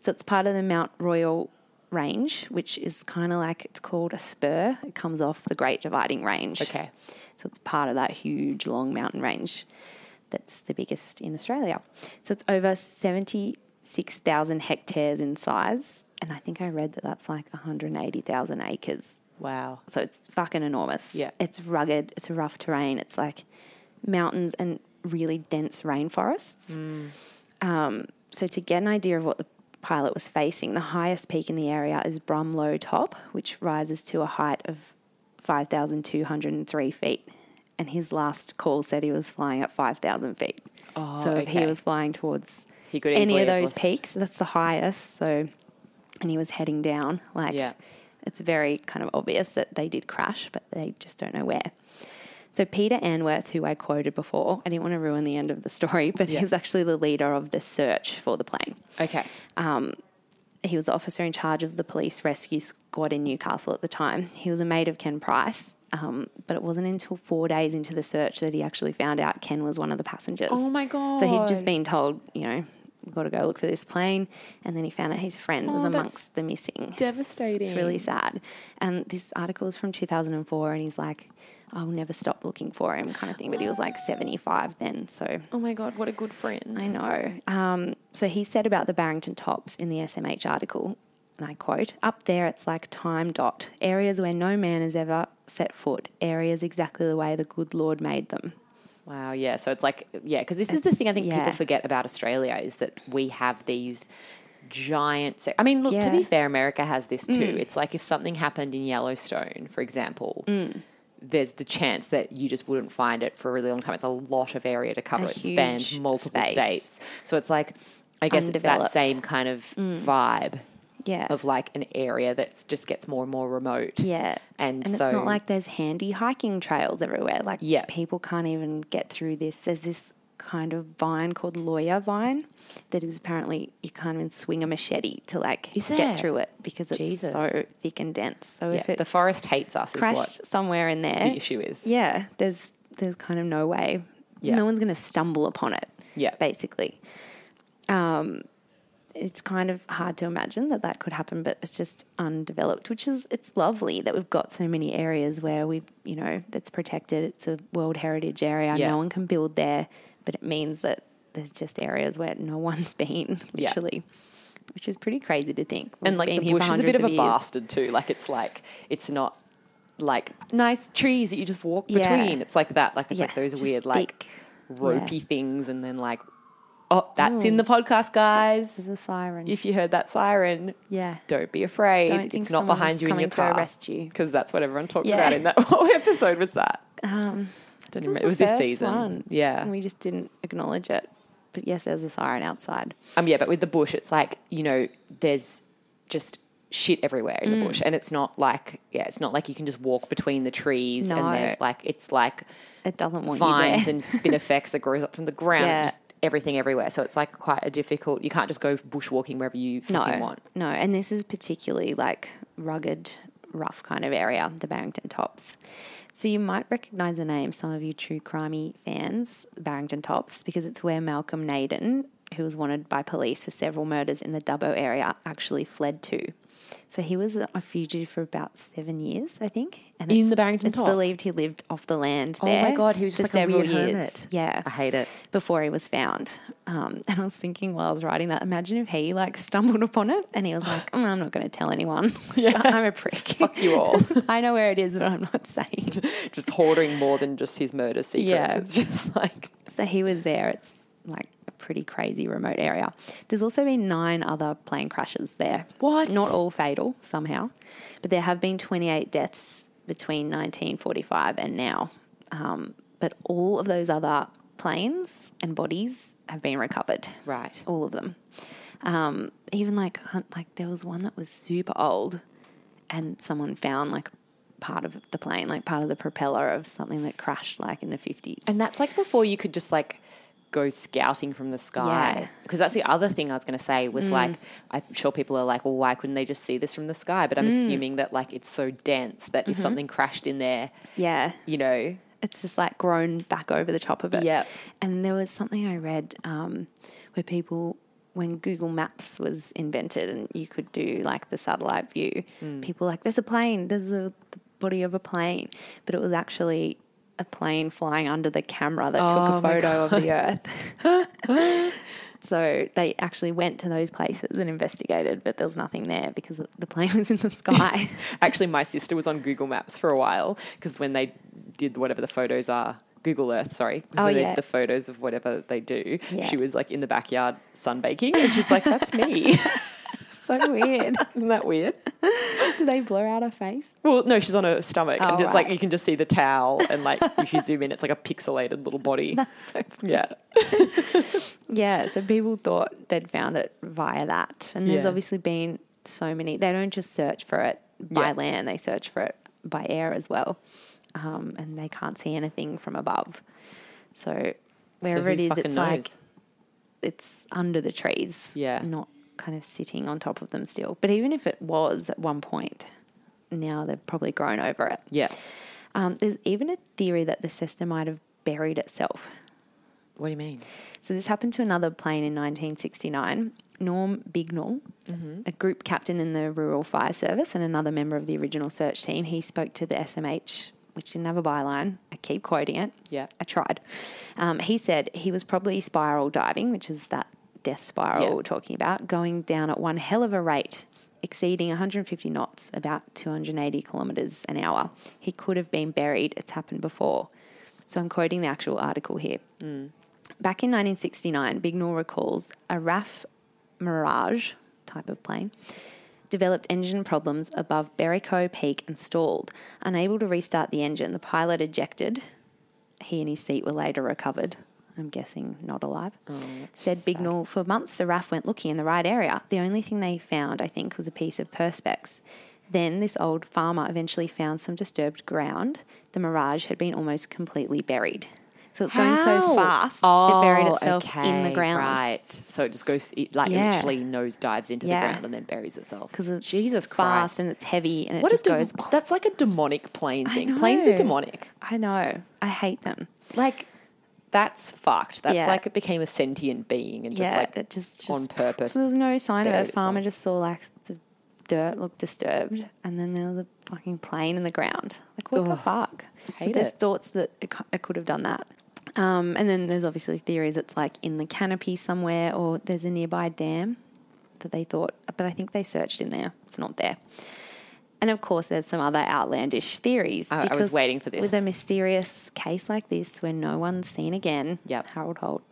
S1: So it's part of the Mount Royal Range, which is kind of like it's called a spur. It comes off the Great Dividing Range.
S2: Okay.
S1: So it's part of that huge long mountain range. that's the biggest in Australia. So it's over 76,000 hectares in size. And I think I read that that's like 180,000 acres.
S2: Wow.
S1: So it's fucking enormous.
S2: Yeah.
S1: It's rugged, it's rough terrain, it's like mountains and really dense rainforests.
S2: Mm.
S1: Um, so to get an idea of what the pilot was facing, the highest peak in the area is Brumlow Top, which rises to a height of 5,203 feet. And his last call said he was flying at 5,000 feet.
S2: Oh,
S1: so if he
S2: okay.
S1: was flying towards
S2: He could
S1: any
S2: easily
S1: of
S2: have
S1: those
S2: lost-
S1: peaks, that's the highest. So, and he was heading down. Like,
S2: Yeah.
S1: it's very kind of obvious that they did crash, but they just don't know where. So Peter Anworth, who I quoted before, I didn't want to ruin the end of the story, but
S2: Yeah.
S1: he was actually the leader of the search for the plane.
S2: Okay.
S1: He was the officer in charge of the police rescue squad in Newcastle at the time. He was a mate of Ken Price, um, but it wasn't until four days into the search that he actually found out Ken was one of the passengers.
S2: Oh my god.
S1: So he'd just been told, you know, we've got to go look for this plane. And then he found out his friend was
S2: Oh, that's
S1: amongst the missing.
S2: devastating.
S1: It's really sad. And this article is from 2004, and he's like, I'll never stop looking for him, kind of thing. But he was like 75 then. So
S2: Oh my god, what a good friend.
S1: I know. Um, so he said about the Barrington Tops in the SMH article, and I quote, up there it's like time dot, areas where no man has ever set foot, areas exactly the way the good Lord made them.
S2: Wow, yeah. So it's like yeah, because this is the
S1: It's-
S2: thing I think
S1: yeah.
S2: people forget about Australia is that we have these giant sec- I mean, look, to be
S1: Yeah. Mm.
S2: fair, America has this too. It's like if something happened in Yellowstone, for example,
S1: Mm.
S2: there's the chance that you just wouldn't find it for a really long time. It's a lot of area to cover.
S1: A
S2: it spans
S1: huge
S2: multiple
S1: space.
S2: states. So it's like I guess it's that
S1: Undeveloped. Mm.
S2: same kind of vibe
S1: Yeah.
S2: of like an area that just gets more and more remote.
S1: Yeah.
S2: And,
S1: And
S2: so
S1: it's not like there's handy hiking trails everywhere. Like
S2: Yeah.
S1: people can't even get through this. There's this kind of vine called lawyer vine that is apparently you can't even swing a machete to like
S2: Is there?
S1: get through it because it's
S2: Jesus.
S1: so thick and dense. So if
S2: yeah,
S1: it
S2: the forest hates us is what
S1: crashed somewhere in there,
S2: the issue is.
S1: yeah, there's there's kind of no way.
S2: Yeah.
S1: No one's going to stumble upon it.
S2: Yeah.
S1: Basically. Um, it's kind of hard to imagine that that could happen, but it's just undeveloped, which is it's lovely that we've got so many areas where we, you know, that's protected. It's a World Heritage area.
S2: Yeah.
S1: No one can build there, but it means that there's just areas where no one's been,
S2: Yeah.
S1: literally, which is pretty crazy to think.
S2: and
S1: We've
S2: like
S1: been
S2: the
S1: here for
S2: bush is a bit
S1: hundreds
S2: of a
S1: years.
S2: bastard too. Like it's like it's not like nice trees that you just walk
S1: Yeah.
S2: between. It's like that. Like it's
S1: Yeah,
S2: like those
S1: just
S2: weird like
S1: thick.
S2: ropey things, and then like oh, that's
S1: Mm.
S2: in the podcast, guys.
S1: There's a siren.
S2: If you heard that siren,
S1: yeah.
S2: don't be afraid.
S1: Mm. Don't think
S2: it's not
S1: someone's
S2: behind you in
S1: coming
S2: your
S1: to
S2: car.
S1: arrest you.
S2: because that's what everyone talked
S1: Yeah.
S2: about in that whole episode. Was that?
S1: Um,
S2: Don't
S1: It
S2: even
S1: was
S2: remember. It was
S1: the
S2: this
S1: first
S2: season.
S1: one.
S2: Yeah.
S1: And we just didn't acknowledge it. But yes, there's a siren outside.
S2: Um, yeah, but with the bush, it's like you know, there's just shit everywhere in
S1: Mm.
S2: the bush, and it's not like yeah, it's not like you can just walk between the trees
S1: No.
S2: and there's like it's like
S1: It doesn't want
S2: vines
S1: you
S2: and spinifex that grows up from the ground,
S1: Yeah.
S2: and just everything everywhere. So it's like quite a difficult. You can't just go bushwalking wherever you
S1: there.
S2: fucking
S1: no,
S2: want.
S1: no. And this is particularly like rugged, rough kind of area, the Barrington Tops. So you might recognise the name, some of you true crimey fans, Barrington Tops, because it's where Malcolm Naden, who was wanted by police for several murders in the Dubbo area, actually fled to. So he was a fugitive for about seven years, I think. And
S2: In
S1: it's-
S2: the Barrington
S1: it's
S2: Tops?
S1: believed he lived off the land
S2: Oh
S1: there.
S2: my god, he was
S1: for
S2: just like a weird
S1: several
S2: hermit.
S1: Yeah,
S2: I hate it.
S1: before he was found. Um, and I was thinking while I was writing that, imagine if he like stumbled upon it and he was like, "Mm, "I'm not going to tell anyone. I'm a prick.
S2: Fuck you all.
S1: I know where it is, but I'm not saying."
S2: just hoarding more than just his murder secrets.
S1: Yeah.
S2: It's just like
S1: So he was there. It's like a pretty crazy remote area. There's also been nine other plane crashes there.
S2: What?
S1: Not all fatal somehow, but there have been 28 deaths between 1945 and now. Um, but all of those other planes and bodies have been recovered.
S2: right.
S1: All of them. Um, even like hun- like there was one that was super old, and someone found like part of the plane, like part of the propeller of something that crashed like in the fifties.
S2: And that's like before you could just like go scouting from the sky.
S1: Yeah. Mm.
S2: Because that's the other thing I was going to say was like, I'm sure people are like, well, why couldn't they just see this from the sky? But I'm
S1: Mm.
S2: assuming that like it's so dense that
S1: Mm-hmm.
S2: if something crashed in there,
S1: yeah,
S2: you know,
S1: it's just like grown back over the top of it.
S2: Yep.
S1: And there was something I read um, where people, when Google Maps was invented and you could do like the satellite
S2: Mm.
S1: view, people were like, there's a plane, there's a, the body of a plane. But it was actually a plane flying under the camera that took
S2: Oh,
S1: a
S2: my
S1: photo of the earth. so they actually went to those places and investigated, but there was nothing there because the plane was in the sky.
S2: Actually, my sister was on Google Maps for a while because when they did whatever the photos are, Google Earth, sorry, 'cause
S1: Oh,
S2: when they-
S1: yeah.
S2: the photos of whatever they do,
S1: Yeah.
S2: she was like in the backyard sunbaking, and she's like, "That's me."
S1: so weird.
S2: Isn't that weird?
S1: Do they blur out her face?
S2: Well, no, she's on her stomach,
S1: Oh,
S2: and it's like
S1: right.
S2: you can just see the towel, and like if you zoom in, it's like a pixelated little body.
S1: That's so funny.
S2: yeah,
S1: Yeah, so people thought they'd found it via that. And there's
S2: Yeah.
S1: obviously been so many, they don't just search for it by
S2: Yeah.
S1: land, they search for it by air as well. Um, and they can't see anything from above. So wherever
S2: who
S1: it is,
S2: fucking
S1: it's like
S2: knows?
S1: it's under the trees.
S2: Yeah.
S1: Not kind of sitting on top of them still. But even if it was at one point, now they've probably grown over it.
S2: yeah.
S1: Um, there's even a theory that the cester might have buried itself.
S2: What do you mean?
S1: So this happened to another plane in 1969. Norm Bignall, a group captain in the Rural Fire Service and another member of the original search team, he spoke to the SMH, which didn't have a byline. I keep quoting it.
S2: Yeah.
S1: I tried. Um, he said he was probably spiral diving, which is that death spiral
S2: Yeah.
S1: we're talking about, going down at one hell of a rate, exceeding 150 knots, about 280 kilometres an hour. He could have been buried. It's happened before. So I'm quoting the actual article here. Back in 1969, Bignell recalls a RAF Mirage type of plane developed engine problems above Berrico Peak and stalled. Unable to restart the engine, the pilot ejected. He and his seat were later recovered. I'm guessing not alive.
S2: Oh,
S1: Said Bignell, for months the RAF went looking in the right area. The only thing they found, I think, was a piece of perspex. Then this old farmer eventually found some disturbed ground. The mirage had been almost completely buried. So it's going so
S2: How?
S1: fast, it buried
S2: Oh,
S1: itself in the
S2: okay,
S1: ground.
S2: Right. So it just goes, it like
S1: Yeah.
S2: literally nose dives into
S1: Yeah.
S2: the ground and then buries itself.
S1: Because it's
S2: Jesus
S1: fast
S2: Christ.
S1: and it's heavy and it
S2: What is
S1: just
S2: dem-
S1: goes.
S2: that's like a demonic plane thing. Planes
S1: know.
S2: are demonic.
S1: I know. I hate them.
S2: Like that's fucked. That's
S1: Yeah.
S2: like it became a sentient being and just
S1: yeah,
S2: like
S1: it just, just
S2: on purpose
S1: So there's no sign of
S2: buried
S1: it. Farmer
S2: itself.
S1: just saw like the dirt looked disturbed, and then there was a fucking plane in the ground. Like what the
S2: Ugh,
S1: fuck? So
S2: hate
S1: there's
S2: it.
S1: thoughts that it, cou- it could have done that. Um, and then there's obviously theories. It's like in the canopy somewhere, or there's a nearby dam that they thought, but I think they searched in there. It's not there. And of course, there's some other outlandish theories.
S2: I- I was waiting for this.
S1: With a mysterious case like this, where no one's seen again,
S2: Yep.
S1: Harold Holt,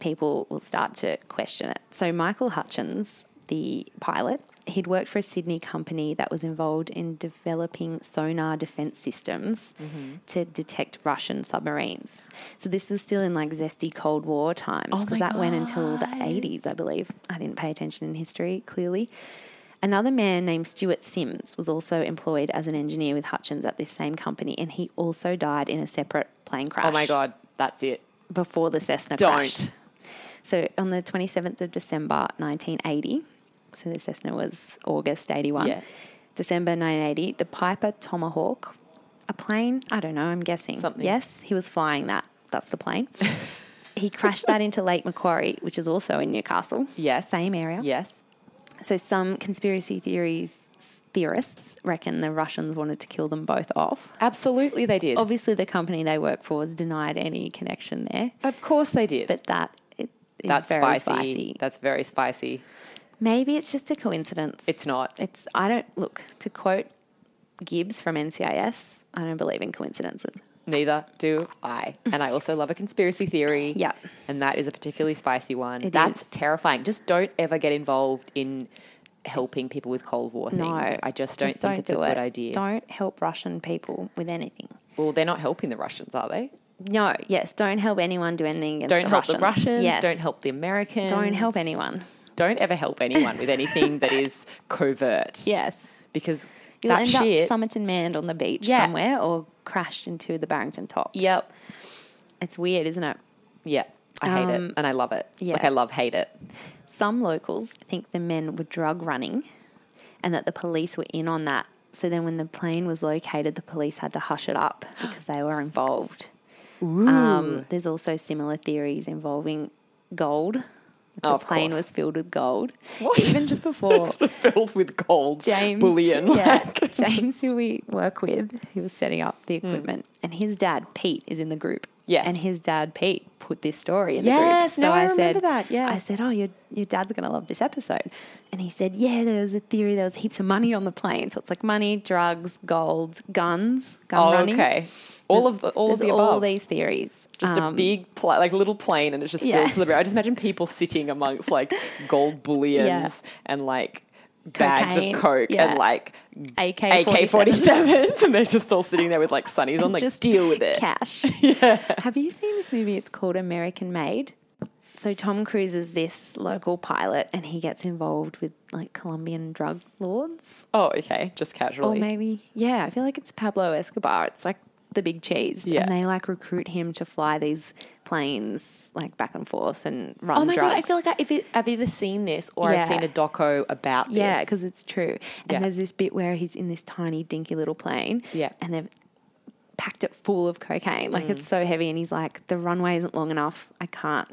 S1: people will start to question it. So Michael Hutchins, the pilot, he'd worked for a Sydney company that was involved in developing sonar defense systems
S2: Mm-hmm.
S1: to detect Russian submarines. So this was still in like zesty Cold War times
S2: Oh
S1: because
S2: my
S1: that went until the 80s, I believe. I didn't pay attention in history, clearly. Another man named Stuart Sims was also employed as an engineer with Hutchins at this same company, and he also died in a separate plane crash
S2: Oh my god, that's it.
S1: before the Cessna
S2: Don't.
S1: crashed. So on the 27th of December 1980, so the Cessna was August 81.
S2: Yeah.
S1: December 1980, the Piper Tomahawk, a plane, I don't know, I'm guessing.
S2: Something.
S1: Yes, he was flying that. That's the plane. he crashed that into Lake Macquarie, which is also in Newcastle.
S2: Yes.
S1: Same area.
S2: Yes.
S1: So some conspiracy theories theorists reckon the Russians wanted to kill them both off.
S2: Absolutely they did. Of,
S1: Obviously the company they work for has denied any connection there,
S2: course they did.
S1: but that it is
S2: that's
S1: very
S2: spicy.
S1: spicy.
S2: That's very spicy.
S1: Maybe it's just a coincidence.
S2: It's not.
S1: It's I don't look to quote Gibbs from NCIS. I don't believe in coincidences.
S2: Neither do I. And I also love a conspiracy theory.
S1: Yeah.
S2: And that is a particularly spicy one.
S1: It
S2: That's
S1: is.
S2: terrifying. Just don't ever get involved in helping people with Cold War things.
S1: No,
S2: I just don't think it's a
S1: do
S2: good
S1: it.
S2: idea.
S1: Don't help Russian people with anything.
S2: Well, they're not helping the Russians, are they?
S1: No, yes, don't help anyone do anything against
S2: Don't
S1: the
S2: help
S1: Russians.
S2: the Russians.
S1: Yes.
S2: Don't help the Americans.
S1: Don't help anyone.
S2: Don't ever help anyone with anything that is covert.
S1: Yes.
S2: Because
S1: You'll
S2: that
S1: end
S2: shit.
S1: up summited manned on the beach
S2: Yeah.
S1: somewhere or crashed into the Barrington Tops.
S2: yep.
S1: It's weird, isn't it?
S2: Yeah. I hate
S1: Um,
S2: it. And I love it.
S1: yeah.
S2: Like I love hate it.
S1: Some locals think the men were drug running and that the police were in on that. So then when the plane was located, the police had to hush it up because they were involved. Um, there's also similar theories involving gold The
S2: Oh, of
S1: plane
S2: course.
S1: was filled with gold.
S2: What?
S1: Even just before
S2: It's filled with gold,
S1: James,
S2: bullion.
S1: yeah, James, who we work with, he was setting up the equipment, and his dad Pete is in the group.
S2: Hmm. Yes.
S1: and his dad Pete put this story in
S2: Yes,
S1: the group.
S2: no, I
S1: said
S2: remember that, yeah.
S1: I said, "Oh, your your dad's going to love this episode," and he said, "Yeah, there was a theory. There was heaps of money on the plane, so it's like money, drugs, gold, guns, gun
S2: Oh,
S1: running.
S2: okay. All of the, all of
S1: There's
S2: the
S1: all
S2: above.
S1: these theories.
S2: just a
S1: Um,
S2: big, pla- like little plane, and it's just
S1: yeah.
S2: filled to the brim. I just imagine people sitting amongst like gold bullions
S1: Yeah.
S2: and like bags
S1: Cocaine,
S2: of coke
S1: yeah.
S2: and like
S1: AK
S2: AK forty sevens, and they're just all sitting there with like sunnies on, like
S1: just
S2: deal with it.
S1: cash. Have you seen this movie? It's called American Made. So Tom Cruise is this local pilot, and he gets involved with like Colombian drug lords,
S2: Oh, okay, just
S1: or
S2: casually.
S1: maybe yeah, I feel like it's Pablo Escobar. It's like the big cheese,
S2: Yeah.
S1: and they like recruit him to fly these planes like back and forth and run.
S2: Oh my
S1: drugs.
S2: god! I feel like I, if it, I've either seen this or
S1: Yeah.
S2: I've seen a doco about this.
S1: Yeah, because it's true. And
S2: Yeah.
S1: there's this bit where he's in this tiny, dinky little plane.
S2: Yeah.
S1: And they've packed it full of cocaine. Like
S2: Mm.
S1: it's so heavy. And he's like, the runway isn't long enough. I can't,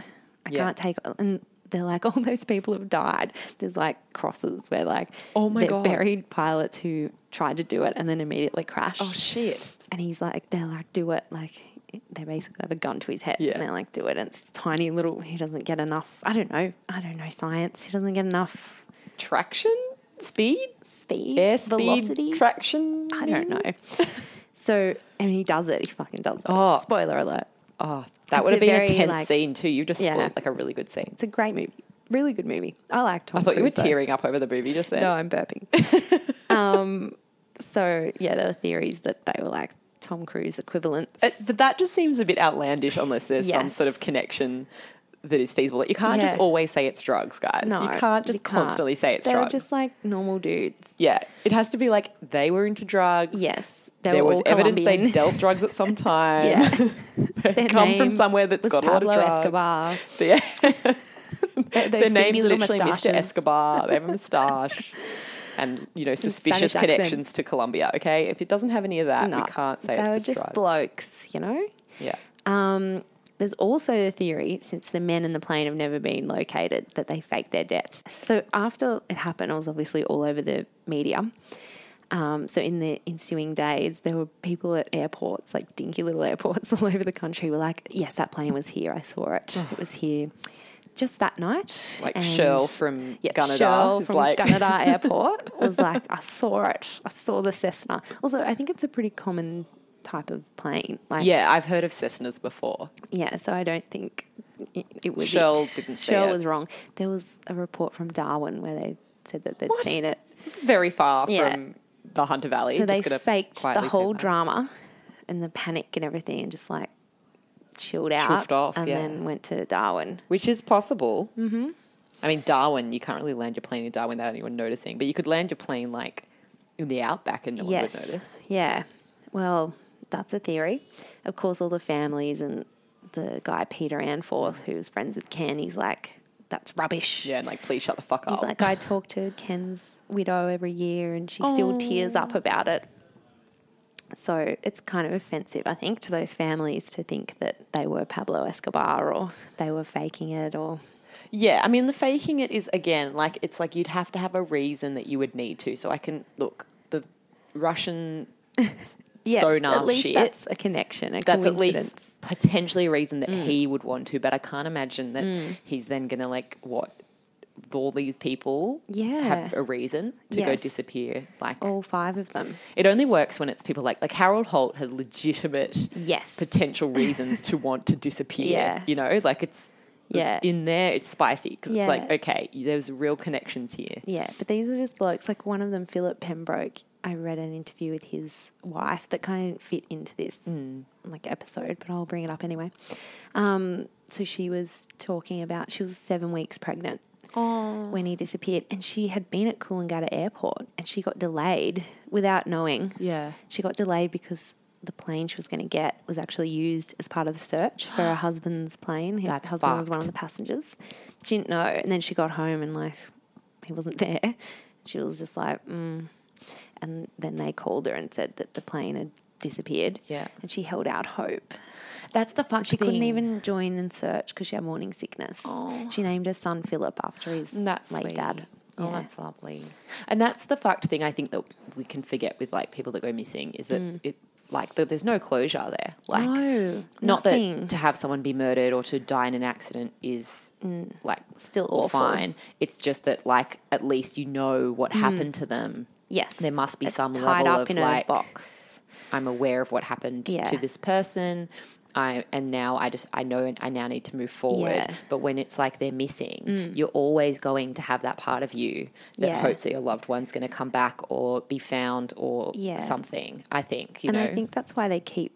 S1: I
S2: Yeah.
S1: can't take. And they're like, all those people have died. There's like crosses where like,
S2: Oh my
S1: they've
S2: God.
S1: buried pilots who tried to do it and then immediately crashed.
S2: oh shit!
S1: and he's like, they're like, do it. Like they basically have a gun to his head
S2: Yeah.
S1: and they're like, do it. And it's tiny little, he doesn't get enough. I don't know. I don't know science. He doesn't get enough
S2: Traction, speed,
S1: speed,
S2: air speed,
S1: velocity.
S2: traction.
S1: I don't know. so, and he does it. He fucking does it.
S2: Oh.
S1: Spoiler alert.
S2: Oh, that
S1: It's
S2: would
S1: a
S2: have been
S1: very,
S2: a tense
S1: like-
S2: scene too. You've just
S1: Yeah.
S2: spoiled like a really good scene.
S1: It's a great movie. Really good movie. I like Tom
S2: I thought you were
S1: Cruise, though.
S2: tearing up over the movie just then.
S1: No, I'm burping. um, so, yeah, there were theories that they were like Tom Cruise equivalents.
S2: It- but that just seems a bit outlandish unless there's some
S1: Yes.
S2: sort of connection that is feasible. Like, You can't just
S1: Yeah.
S2: always say it's drugs, guys.
S1: no,
S2: you can't just
S1: you can't.
S2: constantly say it's
S1: They were
S2: drugs.
S1: just like normal dudes.
S2: yeah, it has to be like they were into drugs.
S1: Yes, they
S2: There
S1: were
S2: was
S1: all
S2: evidence
S1: Colombian.
S2: they dealt drugs at some time.
S1: Yeah,
S2: they
S1: Their
S2: come
S1: name
S2: from somewhere that's
S1: was
S2: got a
S1: Pablo
S2: lot of drugs.
S1: Escobar.
S2: But yeah,
S1: Their
S2: their name's literally Mr. Escobar. They have a moustache, and you know
S1: Spanish
S2: suspicious
S1: accent.
S2: connections to Colombia. Okay, if it doesn't have any of that, we can't say
S1: they were
S2: it's
S1: just
S2: just drugs.
S1: blokes, you know.
S2: yeah.
S1: Um, there's also the theory, since the men in the plane have never been located, that they faked their deaths. So after it happened, I was obviously all over the media. Um, so in the ensuing days, there were people at airports, like dinky little airports all over the country, were like, "Yes, that plane was here. I saw it. It was here." Just that night,
S2: Like
S1: And-
S2: Shirl from
S1: yeah,
S2: Gunnedah
S1: Shirl
S2: is
S1: from
S2: like-
S1: Gunnedah Airport was like, I saw it. I saw the Cessna. Also, I think it's a pretty common type of plane. Like,
S2: Yeah, I've heard of Cessnas before.
S1: yeah, so I don't think it- it was.
S2: Shell
S1: it.
S2: didn't see
S1: Shell
S2: it.
S1: was wrong. There was a report from Darwin where they said that they'd
S2: What?
S1: seen it.
S2: It's very far
S1: Yeah.
S2: from the Hunter Valley.
S1: So they
S2: gonna
S1: faked the
S2: quietly say
S1: whole
S2: that.
S1: drama and the panic and everything and just like chilled out.
S2: Chuffed off,
S1: and
S2: yeah.
S1: then went to Darwin.
S2: which is possible. Mm-hmm. I mean, Darwin, you can't really land your plane in Darwin without anyone noticing, but you could land your plane like in the outback and no one would notice.
S1: Yes. Yeah. Well, that's a theory. Of course, all the families and the guy, Peter Anforth, who's friends with Ken, he's like, that's rubbish.
S2: Yeah, Oh. and like, please shut the fuck up.
S1: He's like, I talk to Ken's widow every year and she still tears
S2: Oh.
S1: up about it. So it's kind of offensive, I think, to those families to think that they were Pablo Escobar or they were faking it or.
S2: yeah, I mean, the faking it is again like it's like you'd have to have a reason that you would need to. So I can look the Russian sonar
S1: at least
S2: shit.
S1: that's a connection, a
S2: that's at
S1: coincidence.
S2: least potentially a reason that
S1: Mm.
S2: he would want to, but I can't imagine that he's then going to like what all these people
S1: Yeah.
S2: have a reason to go
S1: Yes.
S2: disappear. Like
S1: All five of them.
S2: it only works when it's people like like Harold Holt had legitimate
S1: Yes.
S2: potential reasons to want to disappear.
S1: Yeah.
S2: you know, like it's
S1: Yeah.
S2: in there it's spicy because
S1: Yeah.
S2: it's like okay, there's real connections here.
S1: Yeah, but these were just blokes. Like one of them, Philip Pembroke. I read an interview with his wife that kind of didn't fit into this like episode, but I'll bring it up anyway. Um, so she was talking about she was seven weeks pregnant when he disappeared, and she had been at Coolangatta Airport, and she got delayed without knowing.
S2: Yeah.
S1: she got delayed because. The plane she was going to get was actually used as part of the search for her husband's plane. Her
S2: That's
S1: husband was
S2: fucked.
S1: one of the passengers. She didn't know, and then she got home and like he wasn't there. She was just like, mm. and then they called her and said that the plane had disappeared.
S2: Yeah.
S1: And she held out hope.
S2: That's the fuck
S1: She
S2: thing.
S1: couldn't even join and search because she had morning sickness.
S2: Oh.
S1: She named her son Philip after his
S2: That's
S1: late
S2: sweet.
S1: dad.
S2: Oh,
S1: Yeah.
S2: that's lovely. And that's the fucked thing I think that we can forget with like people that go missing is that it like that there's no closure there. Like
S1: Mm. No,
S2: not
S1: nothing.
S2: that to have someone be murdered or to die in an accident is like
S1: Still
S2: all
S1: Mm. awful. Mm.
S2: fine. It's just that like at least you know what happened to them.
S1: Yes,
S2: There must be
S1: It's
S2: some
S1: tied up
S2: level of,
S1: in
S2: like,
S1: a box.
S2: I'm aware of what happened
S1: Yeah.
S2: to this person. I and now I just I know and I now need to move forward.
S1: Yeah. Mm.
S2: But when it's like they're missing, you're always going to have that part of you that
S1: Yeah.
S2: hopes that your loved one's going to come back or be found or
S1: Yeah.
S2: something. I think you
S1: and
S2: know.
S1: I think that's why they keep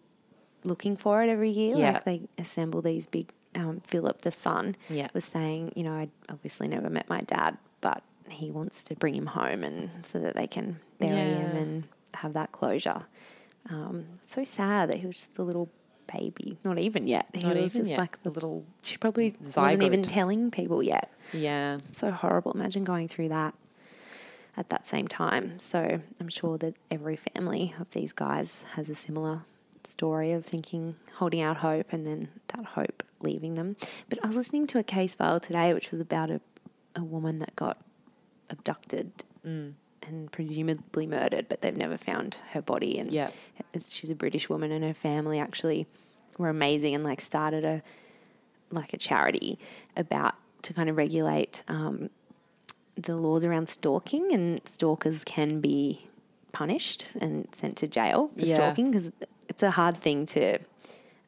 S1: looking for it every year.
S2: Yeah.
S1: Like they assemble these big. Um, Philip, the son,
S2: Yeah.
S1: was saying, you know, I obviously never met my dad, but he wants to bring him home and so that they can bury him
S2: Yeah.
S1: and have that closure. Um, it's so sad that he was just a little baby, not even yet. He
S2: Not
S1: was
S2: even
S1: just
S2: yet.
S1: like the little. She probably wasn't
S2: zygote.
S1: even telling people yet.
S2: yeah.
S1: So horrible. Imagine going through that at that same time. So I'm sure that every family of these guys has a similar story of thinking, holding out hope, and then that hope leaving them. But I was listening to a case file today, which was about a, a woman that got abducted
S2: Mm.
S1: and presumably murdered, but they've never found her body. And
S2: Yeah.
S1: it's- she's a British woman, and her family actually were amazing and like started a like a charity about to kind of regulate um, the laws around stalking, and stalkers can be punished and sent to jail for
S2: Yeah.
S1: stalking because it's a hard thing to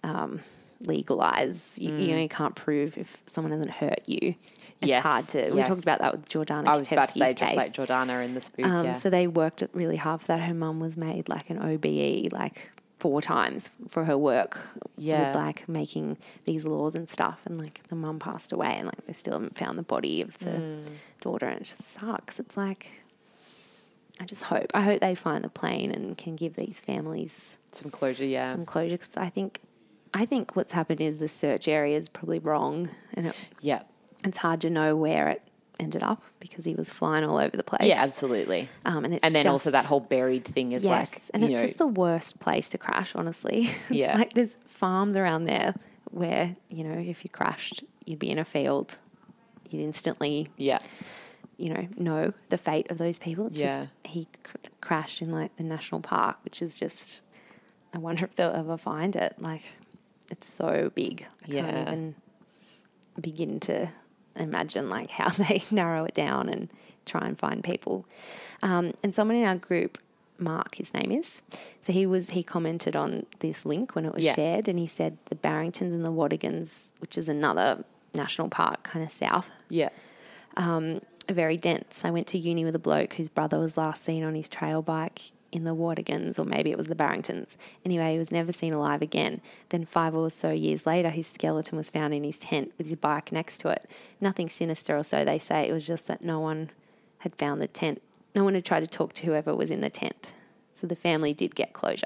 S1: um, legalize. You, you know, you can't prove if someone hasn't hurt you. It's
S2: Mm. Yes,
S1: hard to. We
S2: yes.
S1: talked about that with Jordana.
S2: I was about to say
S1: Kotevsky's
S2: just
S1: case.
S2: like Jordana in the spook.
S1: Um,
S2: yeah.
S1: So they worked it really hard for that. Her mum was made like an OBE, like four times for her work
S2: Yeah.
S1: with like making these laws and stuff. And like the mum passed away, and like they still haven't found the body of the
S2: Mm.
S1: daughter, and it just sucks. It's like I just hope I hope they find the plane and can give these families
S2: Some closure. Yeah.
S1: some closure because I think I think what's happened is the search area is probably wrong, and it,
S2: yeah.
S1: it's hard to know where it ended up because he was flying all over the place.
S2: Yeah. Absolutely.
S1: Um, and it's
S2: and then
S1: just-
S2: also that whole buried thing is like
S1: and
S2: you
S1: it's
S2: know
S1: just the worst place to crash. Honestly, it's
S2: Yeah.
S1: like there's farms around there where you know if you crashed, you'd be in a field. You'd instantly,
S2: yeah
S1: you know, know the fate of those people. It's
S2: Yeah.
S1: just he cr- crashed in like the national park, which is just. I wonder if they'll ever find it. Like, it's so big. I
S2: Yeah.
S1: can't even begin to imagine like how they narrow it down and try and find people. Um, and someone in our group, Mark, his name is, so he was he commented on this link when it was
S2: Yeah.
S1: shared, and he said the Barringtons and the Wadigans, which is another national park kind of south,
S2: yeah
S1: are very dense. I went to uni with a bloke whose brother was last seen on his trail bike in the Wadigans, or maybe it was the Barringtons. Anyway, he was never seen alive again. Then, five or so years later, his skeleton was found in his tent with his bike next to it. Nothing sinister, or so they say. It was just that no one had found the tent. No one had tried to talk to whoever was in the tent. So the family did get closure.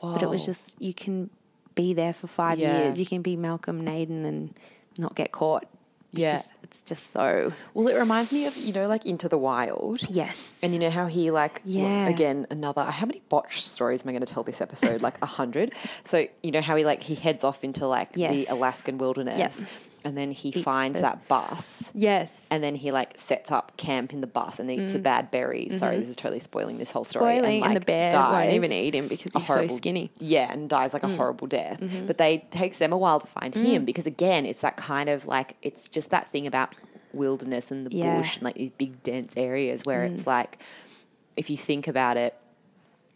S1: But it was
S2: Whoa.
S1: just, you can be there for five
S2: Yeah.
S1: years. You can be Malcolm Naden and not get caught. It's
S2: Yeah.
S1: just- it's just so.
S2: well it reminds me of you know like into the wild
S1: Yes.
S2: and you know how he like w-
S1: Yeah.
S2: again another how many botched stories am I going to tell this episode like a hundred so you know how he like he heads off into like the
S1: Yes.
S2: Alaskan wilderness
S1: Yep.
S2: and then he
S1: Eats
S2: finds
S1: the-
S2: that bus
S1: Yes.
S2: and then he like sets up camp in the bus and eats the bad berries sorry this is totally spoiling this whole story
S1: Boiling Mm-hmm. and,
S2: like,
S1: the bear
S2: dies.
S1: won't even eat him because
S2: a
S1: he's so
S2: horrible-
S1: skinny. Mm. Mm-hmm.
S2: Yeah, and dies like a horrible death. But they takes them a while to find him because again, it's that kind of like it's just that thing about wilderness and the
S1: Yeah. Mm.
S2: bush and like these big dense areas where it's like if you think about it,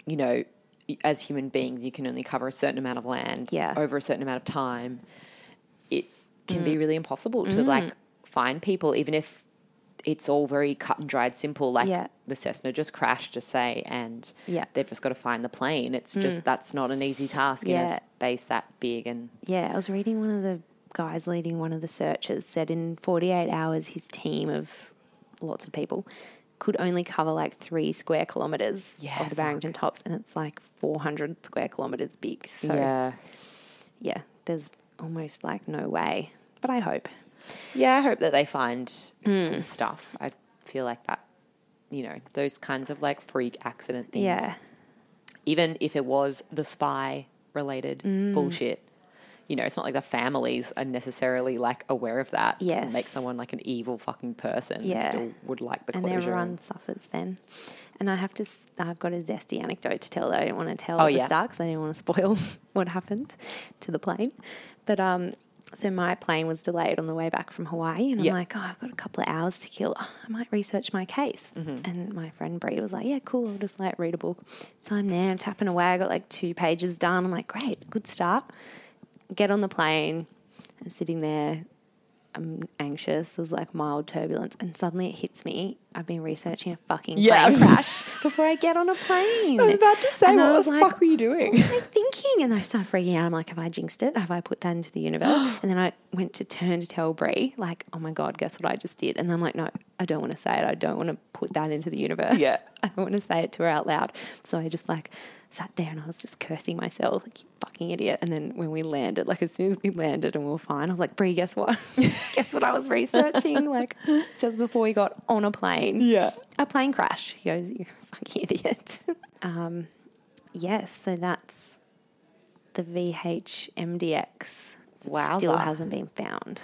S2: you know, y- as human beings, you can only cover a certain amount of land
S1: Yeah.
S2: over a certain amount of time. It can
S1: Mm.
S2: be really impossible to like find people, even if it's all very cut and dried, simple. Like
S1: Yeah.
S2: the Cessna just crashed, just say, and
S1: Yeah. Mm.
S2: they've just got to find the plane. It's just that's not an easy task in a
S1: Yeah.
S2: space that big. And
S1: Yeah, I was reading one of the guys leading one of the searches said in 48 hours his team of lots of people could only cover like three square kilometers
S2: Yeah,
S1: of the Barrington Tops, and it's like 400 square kilometers big. So
S2: yeah,
S1: yeah, there's almost like no way. But I hope.
S2: yeah, I hope that they find
S1: Mm.
S2: some stuff. I feel like that, you know, those kinds of like freak accident things.
S1: Yeah.
S2: even if it was the spy related
S1: Mm.
S2: bullshit. You know, it's not like the families are necessarily like aware of that. It doesn't make
S1: Yes.
S2: someone like an evil fucking person. They
S1: Yeah.
S2: Still would like the
S1: and
S2: closure.
S1: everyone
S2: and-
S1: suffers then. And I have to, s- I've got a zesty anecdote to tell that I didn't want to tell
S2: Oh,
S1: at the
S2: yeah.
S1: start because I didn't want to spoil what happened to the plane. But um, so my plane was delayed on the way back from Hawaii, and
S2: Yeah.
S1: I'm like, oh, I've got a couple of hours to kill. Oh, I might research my case.
S2: Mm-hmm.
S1: And my friend Brie was like, yeah, cool. I'll just like read a book. So I'm there, I'm tapping away. I got like two pages done. I'm like, great, good start. Get on the plane. I'm sitting there I'm anxious. There's like mild turbulence, and suddenly it hits me. I've been researching a fucking
S2: Yeah.
S1: plane crash before I get on a plane.
S2: I was about to say,
S1: And I
S2: what
S1: was
S2: the
S1: like,
S2: fuck were you doing?
S1: am I thinking? And I started freaking out. I'm like, have I jinxed it? Have I put that into the universe? and then I went to turn to tell Brie, like, oh my God, guess what I just did? And I'm like, no, I don't want to say it. I don't want to put that into the universe.
S2: Yeah.
S1: I don't want to say it to her out loud. So I just like sat there and I was just cursing myself, like, you fucking idiot. And then when we landed, like, as soon as we landed and we were fine, I was like, Brie, guess what? guess what I was researching? like, just before we got on a plane
S2: yeah.
S1: a plane crash. He goes, You're a fucking idiot. um, yes, so that's the VHMDX. that Still
S2: Wowza.
S1: hasn't been found.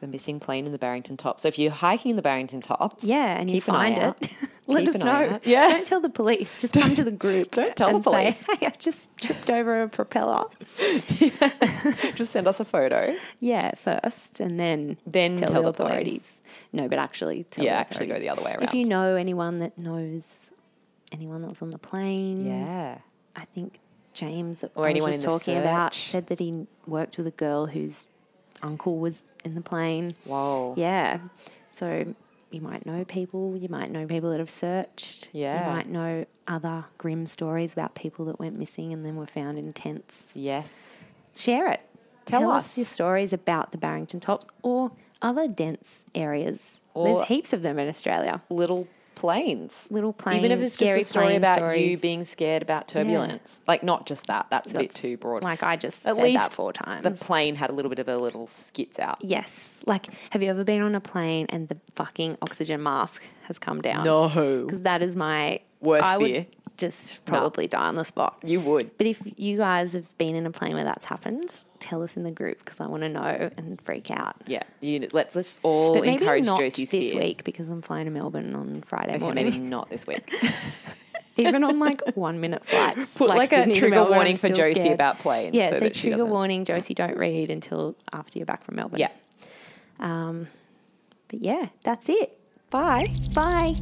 S2: The missing plane in the Barrington Tops. So if you're hiking in the Barrington Tops,
S1: Yeah, and
S2: keep
S1: you
S2: an eye
S1: find
S2: out.
S1: it. Let
S2: Keep
S1: us
S2: an eye
S1: know.
S2: out. Yeah.
S1: Don't tell the police. Just come to the group.
S2: Don't tell the
S1: and say, hey, I just tripped over a propeller.
S2: Just send us a photo.
S1: Yeah, first, and then
S2: Then
S1: tell,
S2: Mm, tell
S1: the
S2: the police.
S1: authorities. No, but actually tell
S2: Yeah,
S1: the
S2: actually go the
S1: authorities.
S2: other way
S1: If you
S2: around.
S1: know anyone that knows anyone that was on the plane,
S2: Yeah.
S1: I think James that
S2: Or
S1: I
S2: anyone
S1: was just
S2: in the
S1: talking about
S2: search.
S1: said that he worked with a girl whose uncle was in the plane.
S2: Whoa.
S1: Yeah. So you might know people, you might know people that have searched.
S2: Yeah.
S1: You might know other grim stories about people that went missing and then were found in tents.
S2: Yes.
S1: Share it.
S2: Tell
S1: us.
S2: us.
S1: your stories about the Barrington Tops or other dense areas.
S2: Or-
S1: There's heaps of them in Australia.
S2: Little planes.
S1: Little planes,
S2: Even if it's just
S1: scary
S2: a story
S1: plane
S2: about you
S1: stories.
S2: being scared about turbulence. Like, not just that. That's, a bit
S1: That's-
S2: too broad.
S1: Like I just
S2: At
S1: said
S2: least
S1: that four times.
S2: the plane had a little bit of a little skits out.
S1: Yes. Like, have you ever been on a plane and the fucking oxygen mask has come down?
S2: No.
S1: Because that is my
S2: Worst
S1: I would
S2: fear.
S1: just probably die on the spot.
S2: You would.
S1: But if you guys have been in a plane where that's happened, tell us in the group because I want to know and freak out.
S2: Yeah. You, let's, let's all
S1: But maybe
S2: encourage
S1: not
S2: Josie's
S1: this
S2: fear.
S1: week because I'm flying to Melbourne on Friday
S2: Okay,
S1: morning.
S2: maybe not this week.
S1: Even on like one minute flights.
S2: Put like,
S1: Sydney
S2: a
S1: to
S2: trigger
S1: Melbourne, I'm
S2: warning for
S1: still
S2: Josie
S1: scared.
S2: about planes.
S1: Yeah,
S2: so
S1: so,
S2: that she
S1: trigger
S2: doesn't-
S1: warning, Josie, don't read until after you're back from Melbourne.
S2: Yeah.
S1: But yeah, that's it.
S2: Bye.
S1: Bye.